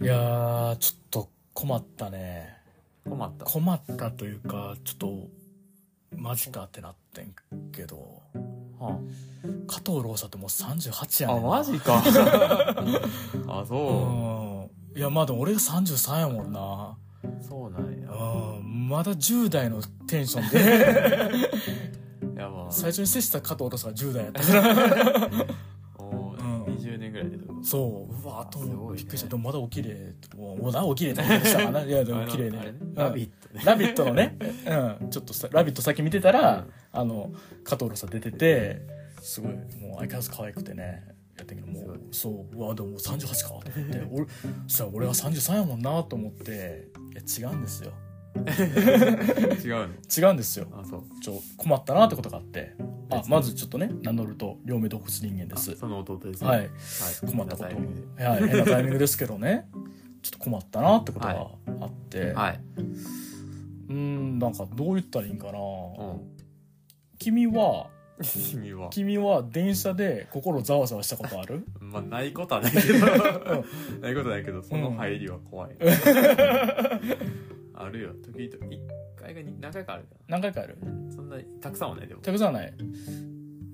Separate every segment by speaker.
Speaker 1: いやーちょっと困ったね
Speaker 2: 困った
Speaker 1: 困ったというかちょっとマジかってなってんけど
Speaker 2: は
Speaker 1: 加藤ローサってもう38
Speaker 2: あ、
Speaker 1: やね
Speaker 2: あ
Speaker 1: んな
Speaker 2: マジ かあ
Speaker 1: う
Speaker 2: そ
Speaker 1: んいやまあでも俺が33やもんな
Speaker 2: う、そうなんや
Speaker 1: うんまだ10代のテンション で
Speaker 2: やば
Speaker 1: 最初に接した加藤ローサは10代やったから
Speaker 2: おー
Speaker 1: うん
Speaker 2: 20年ぐらいで どう
Speaker 1: そううわーと
Speaker 2: すごい
Speaker 1: 思っ
Speaker 2: ね
Speaker 1: てびっくりしたでもまだお綺麗もうもうなお綺麗なことしたか ないやでも綺麗
Speaker 2: あのあれ
Speaker 1: ねう
Speaker 2: ね
Speaker 1: ん
Speaker 2: ラビットね
Speaker 1: ラビットの ね、うん、ちょっとさラビット先見てたら、あの加藤ロサ出ててすごいもう相変わらず可愛くてねやってんけどもうそううわでももう38かと思って 俺さ俺は33やもんなと思っていや違うんですよ
Speaker 2: 違うの
Speaker 1: 違うんですよ
Speaker 2: あそう
Speaker 1: ちょ困ったなってことがあってあまずちょっとね名乗ると両目洞窟人間で
Speaker 2: あ
Speaker 1: す
Speaker 2: その弟ですね
Speaker 1: は
Speaker 2: はい
Speaker 1: 困ったこと
Speaker 2: 変なタイミング
Speaker 1: はい変なタイミングですけどねちょっと困ったなってことがあって、
Speaker 2: ではい、
Speaker 1: うんなんかどう言ったらいいんかな、
Speaker 2: うん、
Speaker 1: 君は
Speaker 2: 君は
Speaker 1: 君は電車で心ざわざわしたことある
Speaker 2: まあないことはないけ どないことはないけどその入りは怖い、 あるよ時々1回かに何回かあるか
Speaker 1: 何回かある
Speaker 2: なそんなにたくさんはないでも
Speaker 1: たくさんはない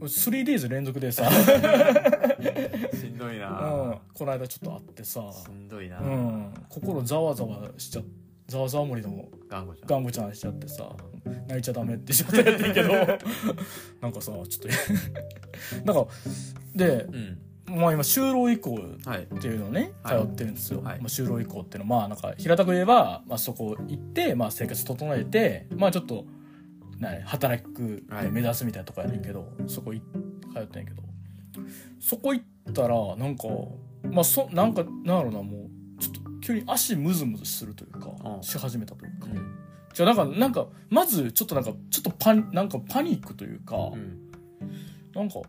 Speaker 1: 3days 連続でさ、
Speaker 2: しんどい
Speaker 1: うん
Speaker 2: な、
Speaker 1: この間ちょっと会ってさ、
Speaker 2: しんどいな、
Speaker 1: うん、心ざわざわしちゃざわざわ森の
Speaker 2: 頑固じゃん
Speaker 1: ガンゴちゃんしちゃってさ泣いちゃダメって仕事やってる けどなんかさちょっとなんかで、
Speaker 2: うん
Speaker 1: まあ、今就労移行
Speaker 2: はい
Speaker 1: っていうのをね通
Speaker 2: はい
Speaker 1: ってるんですよ、
Speaker 2: はい
Speaker 1: まあ、就労移行っていうのはまあなんか平たく言えば、まあ、そこ行って、まあ、生活整えてまあちょっと何働く
Speaker 2: はい
Speaker 1: 目指すみたいなとこやねんけど、そこい通ってんやけどそこ行ったらなんかまあそなんかなんやろうなもうちょっと急に足ムズムズするというか、
Speaker 2: うん
Speaker 1: し始めたというか
Speaker 2: うん
Speaker 1: じゃあなんかなんかまずちょっとなんかちょっとパニなんかパニックというか、
Speaker 2: うん
Speaker 1: なんか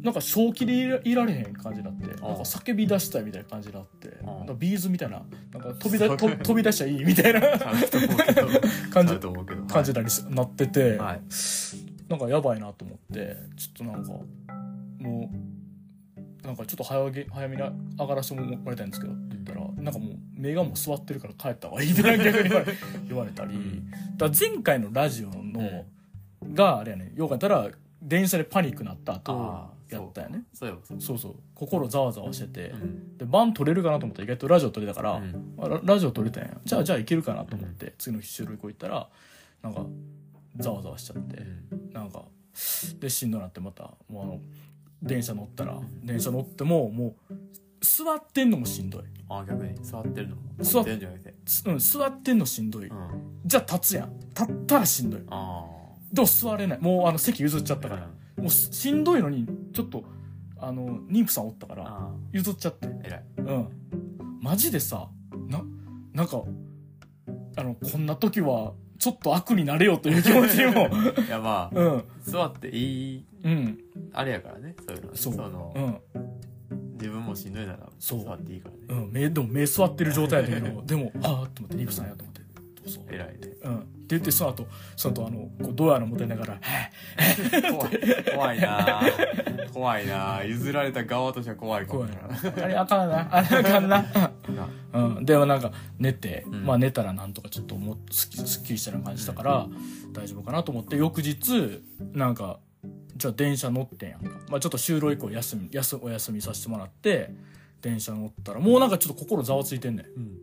Speaker 1: なんか正気でいらいられへん感じになってなんか
Speaker 2: ああ
Speaker 1: 叫び出したいみたいな感じになって
Speaker 2: ああ
Speaker 1: なんかビーズみたいななんか飛びだ
Speaker 2: そう
Speaker 1: と飛び出したらいいみたいな
Speaker 2: ちゃうと思うけど
Speaker 1: 感
Speaker 2: ち
Speaker 1: じ
Speaker 2: ゃうと思うけど
Speaker 1: 感じになりすなってて、
Speaker 2: はい
Speaker 1: なんかやばいなと思ってちょっとなんかもうなんかちょっと早げ早めに上がらせてもらいたいんですけどって言ったらなんかもう目がもう座ってるから帰った方がいいみた いな逆に言われ言われたり、
Speaker 2: うん
Speaker 1: だから前回のラジオの、があれやねよかったら電車でパニックなった後
Speaker 2: ああ
Speaker 1: やったよね
Speaker 2: そうよそう
Speaker 1: そうそう心ざわざわしてて、
Speaker 2: うん
Speaker 1: で番取れるかなと思ったら意外とラジオ取れたから、
Speaker 2: うん
Speaker 1: あララジオ取れたんやじゃあじゃあいけるかなと思って、次の日収録行ったらなんかざわざわしちゃって、なんかでしんどなってまたもうあの電車乗ったら電車乗ってももう座ってんのもしんどい、
Speaker 2: あ逆に座ってるのも
Speaker 1: 座っ
Speaker 2: ってるんじゃなくて
Speaker 1: すうん、座ってんのしんどい、
Speaker 2: うん
Speaker 1: じゃあ立つやん立ったらしんどい
Speaker 2: あ
Speaker 1: でも座れないもうあの席譲っちゃっ
Speaker 2: あ
Speaker 1: たから、
Speaker 2: うん
Speaker 1: もうししんどいのにちょっとあの妊婦さんおったから
Speaker 2: あ
Speaker 1: 譲っちゃって
Speaker 2: あ偉い
Speaker 1: うん、マジでさななんかあのこんな時はちょっと悪になれよという気持ちに も
Speaker 2: いやまあ
Speaker 1: うん
Speaker 2: 座っていい
Speaker 1: うん
Speaker 2: あれやからねそういうの
Speaker 1: そう
Speaker 2: の
Speaker 1: うん、
Speaker 2: 自分もしんどいなら
Speaker 1: そう
Speaker 2: 座っていいからね
Speaker 1: うん、目でも目座ってる状態だけどでもああと思ってリブさんやと思ってどうぞ
Speaker 2: 偉い ね
Speaker 1: うん、って言ってその後その後あのこうドアの持たれながら
Speaker 2: 怖い怖いな怖いな譲られた側としては怖いかも
Speaker 1: 怖いなあれあかんなあれあかんな
Speaker 2: な
Speaker 1: うん、でもなんか寝て、
Speaker 2: うん
Speaker 1: まあ寝たらなんとかちょっともうすっきすっきりしたような感じだから大丈夫かなと思って翌日なんかじゃあ電車乗ってんやんか、まあ、ちょっと就労以降休み休お休みさせてもらって電車乗ったらもうなんかちょっと心ざわついてんねん
Speaker 2: うん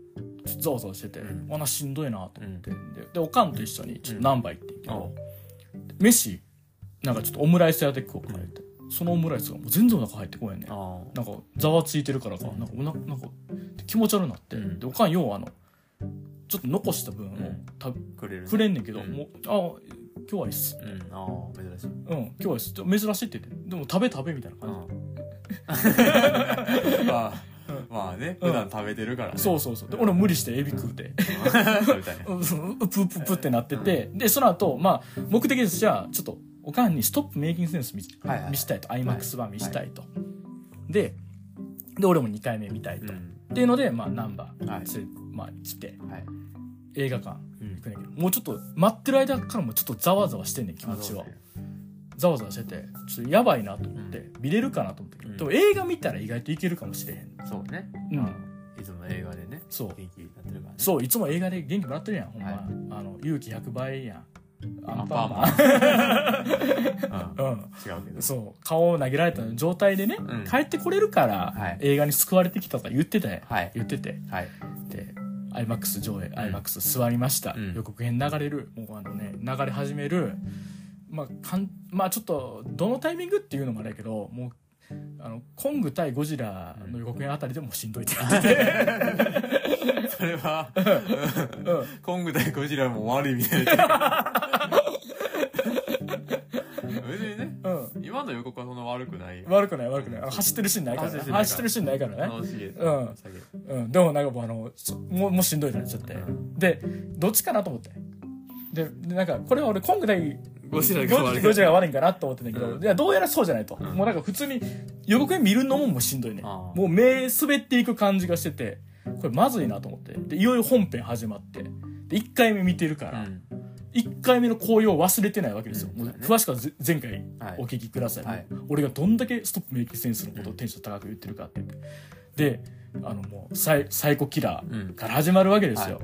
Speaker 1: ちょっとざわざわしてて、
Speaker 2: うん
Speaker 1: あなしんどいなと
Speaker 2: う
Speaker 1: 思
Speaker 2: ん
Speaker 1: って、ででおかんと一緒にちょっと難波行ってんけ
Speaker 2: お
Speaker 1: ど、飯なんかちょっとオムライス屋で食おうかなって、そのオムライスがもう全然お腹入ってこへんねん
Speaker 2: あ
Speaker 1: なんかざわついてるからかなんかおななんか気持ち悪くなって、
Speaker 2: うん
Speaker 1: でおかんようあのちょっと残した分を
Speaker 2: うん
Speaker 1: た
Speaker 2: くれる
Speaker 1: くれんねんけど、
Speaker 2: うん
Speaker 1: もう「あ今日はいいっす
Speaker 2: うんああ珍し
Speaker 1: う
Speaker 2: い」
Speaker 1: ん「今日はいいっす」珍しいって言ってでも食べ食べみたいな
Speaker 2: う
Speaker 1: 感じ、
Speaker 2: ん まあまあね
Speaker 1: うん
Speaker 2: 普段食べてるからね
Speaker 1: そうそうそうで俺無理してエビ食うて、
Speaker 2: そうみたいな
Speaker 1: うプープープーってなってて、でその後まあ目的としてはちょっとおかんに「ストップメイキングセンス見」
Speaker 2: はいはい
Speaker 1: 見したいと iMAX 版見したいと、でで俺も2回目見たいと、
Speaker 2: う
Speaker 1: っ
Speaker 2: ん
Speaker 1: ていうのでまあナンバー
Speaker 2: はい
Speaker 1: つ、まあ、来て
Speaker 2: はい
Speaker 1: 映画館
Speaker 2: うん
Speaker 1: 行くねんけどもうちょっと待ってる間からもちょっとざわざわしてんねん気持ちは
Speaker 2: あ
Speaker 1: ざわざわしててちょっとやばいなと思って、見れるかなと思ったけど、
Speaker 2: うん
Speaker 1: でも映画見たら意外といけるかもしれへん
Speaker 2: そうね
Speaker 1: うん
Speaker 2: まあいいつも映画でね
Speaker 1: そう
Speaker 2: 元気になってるからね
Speaker 1: そういつも映画で元気もらってるやんほんま、
Speaker 2: はい
Speaker 1: あの勇気100倍やん
Speaker 2: ア
Speaker 1: ア
Speaker 2: ン
Speaker 1: ンパ
Speaker 2: パン
Speaker 1: ン
Speaker 2: マ
Speaker 1: マ
Speaker 2: ン
Speaker 1: ンうん
Speaker 2: 違うけど
Speaker 1: そう顔を投げられた状態でね、
Speaker 2: うん
Speaker 1: 帰ってこれるから、
Speaker 2: はい
Speaker 1: 映画に救われてきたとか言ってたよ、
Speaker 2: はい
Speaker 1: 言ってて
Speaker 2: はい
Speaker 1: で IMAX 上映
Speaker 2: ん
Speaker 1: IMAX 座りました、
Speaker 2: うん
Speaker 1: 予告編流れるもうあのね流れ始めるまあかんまあちょっとどのタイミングっていうのもあれやけどもうあのコング対ゴジラの予告編あたりでもうしんどいってなってて、
Speaker 2: それは
Speaker 1: うん
Speaker 2: コング対ゴジラも悪いみたいな別にね
Speaker 1: うん、
Speaker 2: 今の予告はそんな悪くない
Speaker 1: 悪くない悪くないあの走ってるシーンないから
Speaker 2: 走
Speaker 1: ね
Speaker 2: ってるシーンないから
Speaker 1: 走ってるシーンないからね
Speaker 2: 楽しげ
Speaker 1: うん
Speaker 2: 下げ
Speaker 1: うん、でもなんかもうあのそもうもうしんどいなっちゃって、
Speaker 2: うん
Speaker 1: でどっちかなと思ってででなんかこれは俺コング対
Speaker 2: ゴジラが
Speaker 1: ゴ
Speaker 2: 悪い
Speaker 1: ジゴジラが悪いんかなと思ってんだけど、
Speaker 2: うん
Speaker 1: いやどうやらそうじゃないと、
Speaker 2: うん
Speaker 1: もうなんか普通に予告編見るのももうしんどいね
Speaker 2: あ
Speaker 1: も
Speaker 2: ー
Speaker 1: う目滑っていく感じがしててこれまずいなと思ってでいよいよ本編始まってで1回目見てるか
Speaker 2: う
Speaker 1: ら、
Speaker 2: ん
Speaker 1: 一1回目の高揚を忘れてないわけですよ、
Speaker 2: うん
Speaker 1: もう詳しくはぜ前回
Speaker 2: はい
Speaker 1: お聞きください、
Speaker 2: はい
Speaker 1: 俺がどんだけストップメイキセンスのことをテンション高く言ってるかって言ってであのもうサイサイコキラ
Speaker 2: うん
Speaker 1: ーから始まるわけですよ、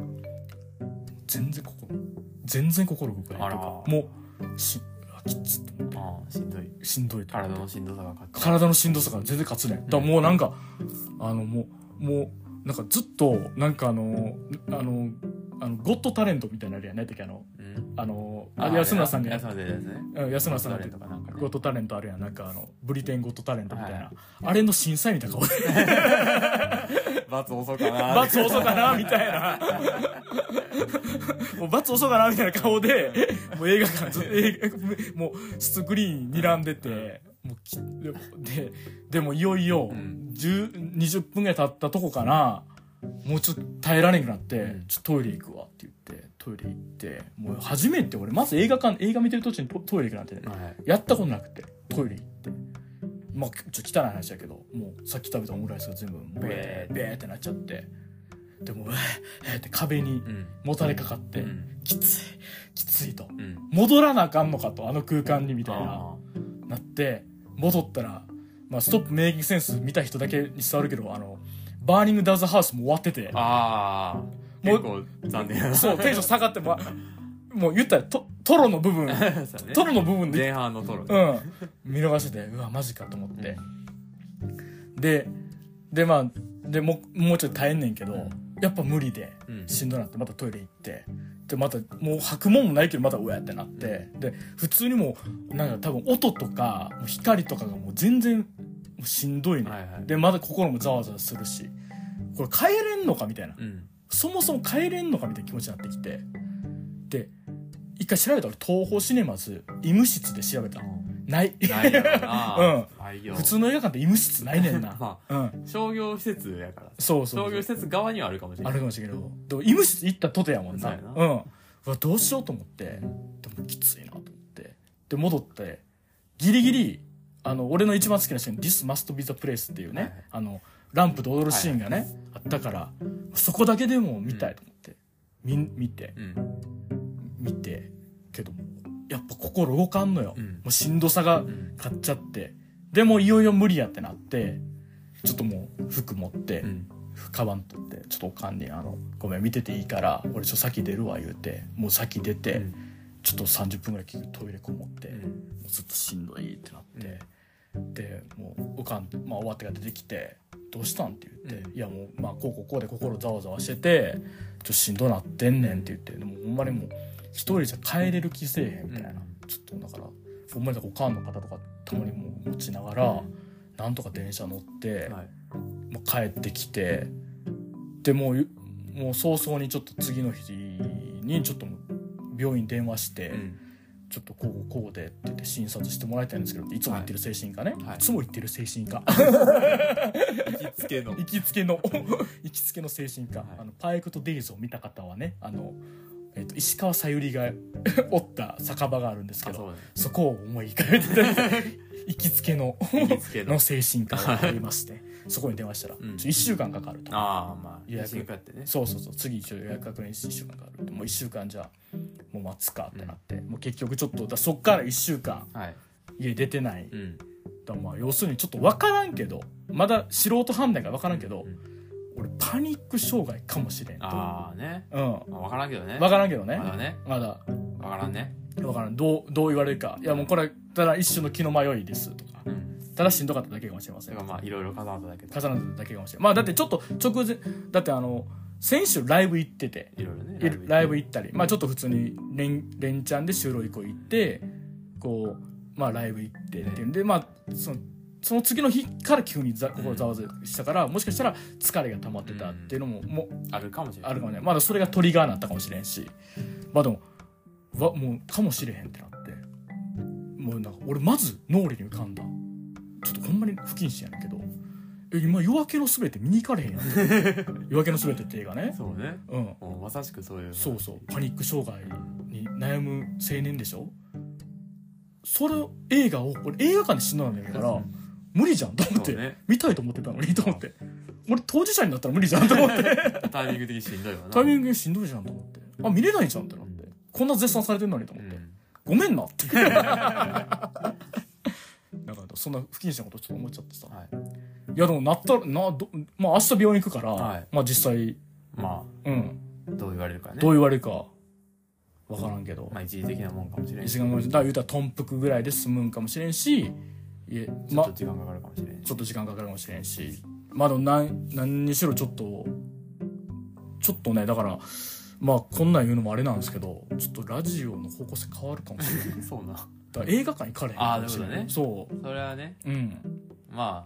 Speaker 1: 全然ここ全然心動かないというか
Speaker 2: あら
Speaker 1: もうしあきつって
Speaker 2: ああしんどい
Speaker 1: しんどいと
Speaker 2: 体のしんどさが勝って
Speaker 1: 体のしんどさが全然勝つねんだからもうなんか、あのもうもうなんかずっとなんかあのあのあのゴッドタレントみたいなのあれやね時あの
Speaker 2: うん
Speaker 1: あのあ安村さんがや
Speaker 2: 安村さんですね
Speaker 1: うん安村さんが
Speaker 2: 誰とかなんかね
Speaker 1: ゴッドタレントあるやんなんかあのブリテンゴッドタレントみたいな、
Speaker 2: はい
Speaker 1: あれの審査員みたいな顔で
Speaker 2: 罰遅かな
Speaker 1: 罰遅かなみたいなもう罰遅かなみたいな顔でもう映画館ずっと映画もうスクリーンに睨んでてもうきででもいよいよ
Speaker 2: うん
Speaker 1: 10 20分ぐらい経ったとこかなもうちょっと耐えられなくなって、
Speaker 2: ん
Speaker 1: ちょっとトイレ行くわって言ってトイレ行ってもう初めて俺まず映画館映画見てる途中にトトイレ行くなんてね、
Speaker 2: はい
Speaker 1: やったことなくてトイレ行ってまあちょっと汚い話だけどもうさっき食べたオムライスが全部ベーベーってなっちゃってでもうえーえーって壁に
Speaker 2: うん
Speaker 1: もたれかかって、
Speaker 2: うん
Speaker 1: きついきついと
Speaker 2: うん
Speaker 1: 戻らなあかんのかとあの空間にみたいな
Speaker 2: あ
Speaker 1: なって戻ったら、まあ、ストップメイキングセンス見た人だけに伝わるけどあのバーニングダウンザハウスも終わってて
Speaker 2: ーあー
Speaker 1: も
Speaker 2: 結
Speaker 1: う
Speaker 2: 構残念やな
Speaker 1: そうテンション下がってももう言ったらトトロの部 分
Speaker 2: そうね
Speaker 1: トロの部分で
Speaker 2: 前半のトロね
Speaker 1: うん、見逃しててうわマジかと思って、ででまあでもうもうちょっと耐えんねんけど、
Speaker 2: うん
Speaker 1: やっぱ無理で
Speaker 2: うん
Speaker 1: しんどなってまたトイレ行ってでまたもう吐くもんもないけどまたうわってなって、で普通にもうなんか多分音とかもう光とかがもう全然もうしんどいね、
Speaker 2: はいはい
Speaker 1: でまだ心もざわざわするしこれ帰れんのかみたいな
Speaker 2: うん
Speaker 1: そもそも帰れんのかみたいな気持ちになってきてで一回調べたら東宝シネマズ医務室で調べたない
Speaker 2: ないやろ な
Speaker 1: うん
Speaker 2: ないよ
Speaker 1: 普通の映画館って医務室ないねんな、
Speaker 2: まあ
Speaker 1: うん、
Speaker 2: 商業施設やから
Speaker 1: そうそ
Speaker 2: 商
Speaker 1: う
Speaker 2: 業施設側にはあるかもしれ
Speaker 1: あ
Speaker 2: ない
Speaker 1: るかもしれんけどでも医務室行ったとてやもん
Speaker 2: そう
Speaker 1: な
Speaker 2: やな
Speaker 1: うんうわどうしようと思ってでもきついなと思ってで戻ってギリギリあの俺の一番好きなシーン「This must be the place」っていうね、
Speaker 2: はいはい
Speaker 1: あのランプで踊るシーンがね、あったからそこだけでも見たいと思って、み見て
Speaker 2: うん
Speaker 1: 見てけどもやっぱ心動かんのよ、
Speaker 2: うん
Speaker 1: もうしんどさが
Speaker 2: うん
Speaker 1: 買っちゃってでもいよいよ無理やってなってちょっともう服持って、
Speaker 2: うん
Speaker 1: カバン取ってちょっとおかんにあの「ごめん見てていいから俺ちょっと先出るわ」言うてもう先出て、
Speaker 2: うん
Speaker 1: ちょっと30分ぐらい結局トイレこもって、
Speaker 2: う
Speaker 1: も
Speaker 2: ん
Speaker 1: うずっとしんどいってなって、でもうおかん、まあ、終わってから出てきて「どうしたん?」って言って「
Speaker 2: うん
Speaker 1: いやもう、まあ、こうこうこうで心ざわざわしててちょっとしんどなってんねん」って言ってでもほんまにもう一人じゃ帰れる気せえへんみたいな、
Speaker 2: うん
Speaker 1: ちょっとだからほんまにおかんの方とかたまにもう持ちながら、なんとか電車乗って。
Speaker 2: はい
Speaker 1: もう帰ってきてでもうもう早々にちょっと次の日にちょっともう病院電話して、
Speaker 2: うん
Speaker 1: ちょっとこうこうでって言って診察してもらいたいんですけどいつも言ってる精神科ね、
Speaker 2: はい
Speaker 1: い、つも言ってる精神 科
Speaker 2: 行きつけの
Speaker 1: 行きつけの 行きつけの精神科、
Speaker 2: はい
Speaker 1: あのパーフェクトデイズを見た方はねあの、えっと石川さゆりが おった酒場があるんですけ
Speaker 2: あそ
Speaker 1: ど
Speaker 2: うだね
Speaker 1: そこを思い浮かべていただいて 行きつけの
Speaker 2: 行きつけの
Speaker 1: の精神科がありましてそこに電話したら、
Speaker 2: うん
Speaker 1: 1週間かかると。
Speaker 2: ああまあ
Speaker 1: 予約
Speaker 2: 写真家ってね
Speaker 1: そうそうそう次一応予約確認して1週間があるもう1週間じゃもう待つかってなって、もう結局ちょっとだそっから1週間
Speaker 2: はい
Speaker 1: 家出てない、
Speaker 2: うん
Speaker 1: だからまあ要するにちょっと分からんけどまだ素人判断が分からんけど、
Speaker 2: うん
Speaker 1: 俺パニック障害かもしれんと
Speaker 2: ああね。
Speaker 1: うん
Speaker 2: まあ、わからんけどね。
Speaker 1: 分からんけどね
Speaker 2: まだね。
Speaker 1: まだ
Speaker 2: わからんね。
Speaker 1: 分からんどうどう言われるかいやもうこれただ一種の気の迷いですとか
Speaker 2: うん。
Speaker 1: ただしんどかっただけかもしれませ
Speaker 2: だ
Speaker 1: ん
Speaker 2: からまあ、いろいろ重なっただけど。
Speaker 1: 重なっただけかもしれないまあだってちょっと直前だってあの先週ライブ行ってて
Speaker 2: いろいろね。
Speaker 1: いライブ
Speaker 2: 行っ
Speaker 1: 行ったりまあちょっと普通に連連チャンで収録以降行ってこうまあライブ行ってっていうんでまあそのその次の日から急にざ心ざわざわしたからもしかしたら疲れが溜まってたっていうのもも
Speaker 2: てあるかもしれない。
Speaker 1: あるかもねまだそれがトリガーになったかもしれんしまあでもわもうかもしれへんってなってもうなんか俺まず脳裏に浮かんだちょっとほんまに不謹慎やねんけどえ今「夜明けのすべて」見に行かれへ んやん夜明けのすべてって映画ね
Speaker 2: そうね。
Speaker 1: うん
Speaker 2: もうまさしくそういう。
Speaker 1: そうそうパニック障害に悩む青年でしょそれを映画を俺映画館で死んだんだか
Speaker 2: そ
Speaker 1: ら無理じゃんと思っ
Speaker 2: そ
Speaker 1: て、
Speaker 2: うね。
Speaker 1: 見たいと思ってたのにと思って俺当事者になったら無理じゃんと思 って
Speaker 2: タイミング的にしんどいわな。
Speaker 1: タイミ
Speaker 2: グ
Speaker 1: ングしんどいじゃんと思ってあ見れないじゃんってなってこんな絶賛されてるのにと思って、ごめんなって なんかそんな不謹慎なことちょっと思っちゃってさ
Speaker 2: はい。
Speaker 1: いやでもなったらなど、まあ、明日病院行くから、
Speaker 2: はい
Speaker 1: まあ実際、
Speaker 2: ま
Speaker 1: うん、
Speaker 2: あ、どう言われるかね。
Speaker 1: どう言われるか分からんけど、
Speaker 2: まあ、一時的なもんかもしれん
Speaker 1: 一
Speaker 2: し。
Speaker 1: 時間後にだから言うたら頓服ぐらいで済むんかもしれんしいえ
Speaker 2: ちょ
Speaker 1: ま
Speaker 2: っと時間かかるかもしれんし。
Speaker 1: ちょっと時間かかるかもしれんしまあでも何何にしろちょっとちょっとねだからまあこんなん言うのもあれなんですけどちょっとラジオの方向性変わるかもしれない
Speaker 2: そうな。
Speaker 1: だから映画館行かれへんかもしれない
Speaker 2: あーな
Speaker 1: そ
Speaker 2: それはね、
Speaker 1: ううん
Speaker 2: ま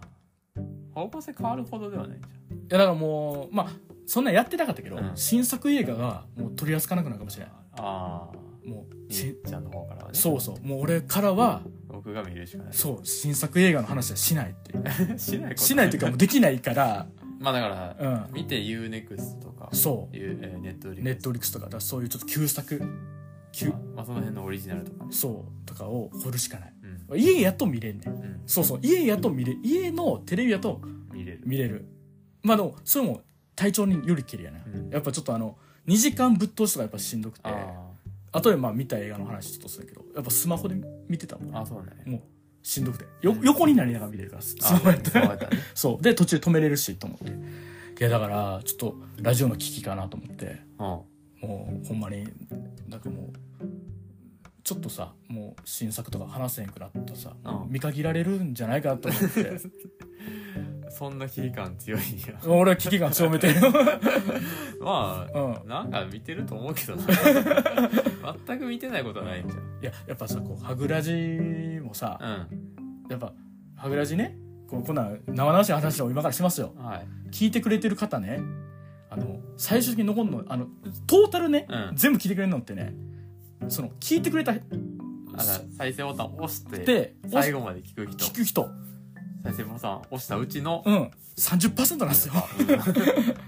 Speaker 2: あ、方向性変わるほどではないじ
Speaker 1: いやだからもうまあそんなんやってなかったけど、
Speaker 2: うん
Speaker 1: 新作映画がもう取り扱わなくなるかもしれな
Speaker 2: ゃん。ああ、
Speaker 1: いもう
Speaker 2: じ
Speaker 1: し
Speaker 2: いちゃんの方からはね。
Speaker 1: そうそうもう俺からは
Speaker 2: 僕が見るしかない。
Speaker 1: そう新作映画の話はしないっていう
Speaker 2: し ないこと
Speaker 1: しないというかもうできないから
Speaker 2: まあだから、
Speaker 1: うん
Speaker 2: 見て UNEXT とか、
Speaker 1: そう
Speaker 2: いうえーネットリ
Speaker 1: ネットフリックスとかだからそういうちょっと旧作旧
Speaker 2: まあその辺のオリジナルとかね。
Speaker 1: そうとかを掘るしかない
Speaker 2: うん。
Speaker 1: 家やと見れんねん
Speaker 2: うん。
Speaker 1: そうそう家やと見れ家のテレビやと
Speaker 2: 見れる。
Speaker 1: 見れるまあでもそれも体調によりけりやな、
Speaker 2: うん
Speaker 1: やっぱちょっとあの2時間ぶっ通しとかやっぱしんどくて
Speaker 2: あ
Speaker 1: あとでまあ見た映画の話ちょっとするけどやっぱスマホで見てたもん
Speaker 2: あ、あそうね。
Speaker 1: もうしんどくてよ横になりながら見れるからスマホやっ
Speaker 2: あ
Speaker 1: た
Speaker 2: そう
Speaker 1: ら
Speaker 2: やったね。
Speaker 1: そうで途中で止めれるしと思っていやだからちょっとラジオの危機かなと思って
Speaker 2: う
Speaker 1: もうほんまになんかもうちょっとさもう新作とか話せんくなったさ、
Speaker 2: うん
Speaker 1: 見限られるんじゃないかなと思って
Speaker 2: ん。そんな危機感強いんや。
Speaker 1: 俺は危機感強めてる
Speaker 2: ま
Speaker 1: うん
Speaker 2: あ、なんか見てると思うけ どな。全く見てないことはないんじ
Speaker 1: いややっぱさこうはぐらじもさ
Speaker 2: ゃん。
Speaker 1: やっぱはぐらじねこうこんなん生々しい話を今からしますよ
Speaker 2: うん。はい。
Speaker 1: 聞いてくれてる方ねあの最終的に残るのあのトータルね、
Speaker 2: うん
Speaker 1: 全部聞いてくれるのってねその聞いてくれた
Speaker 2: あら再生ボタン押して、
Speaker 1: で
Speaker 2: 最後まで聞く人
Speaker 1: 聞、く人、
Speaker 2: 再生ボタン押したうちの、
Speaker 1: うん、30%なんですよ。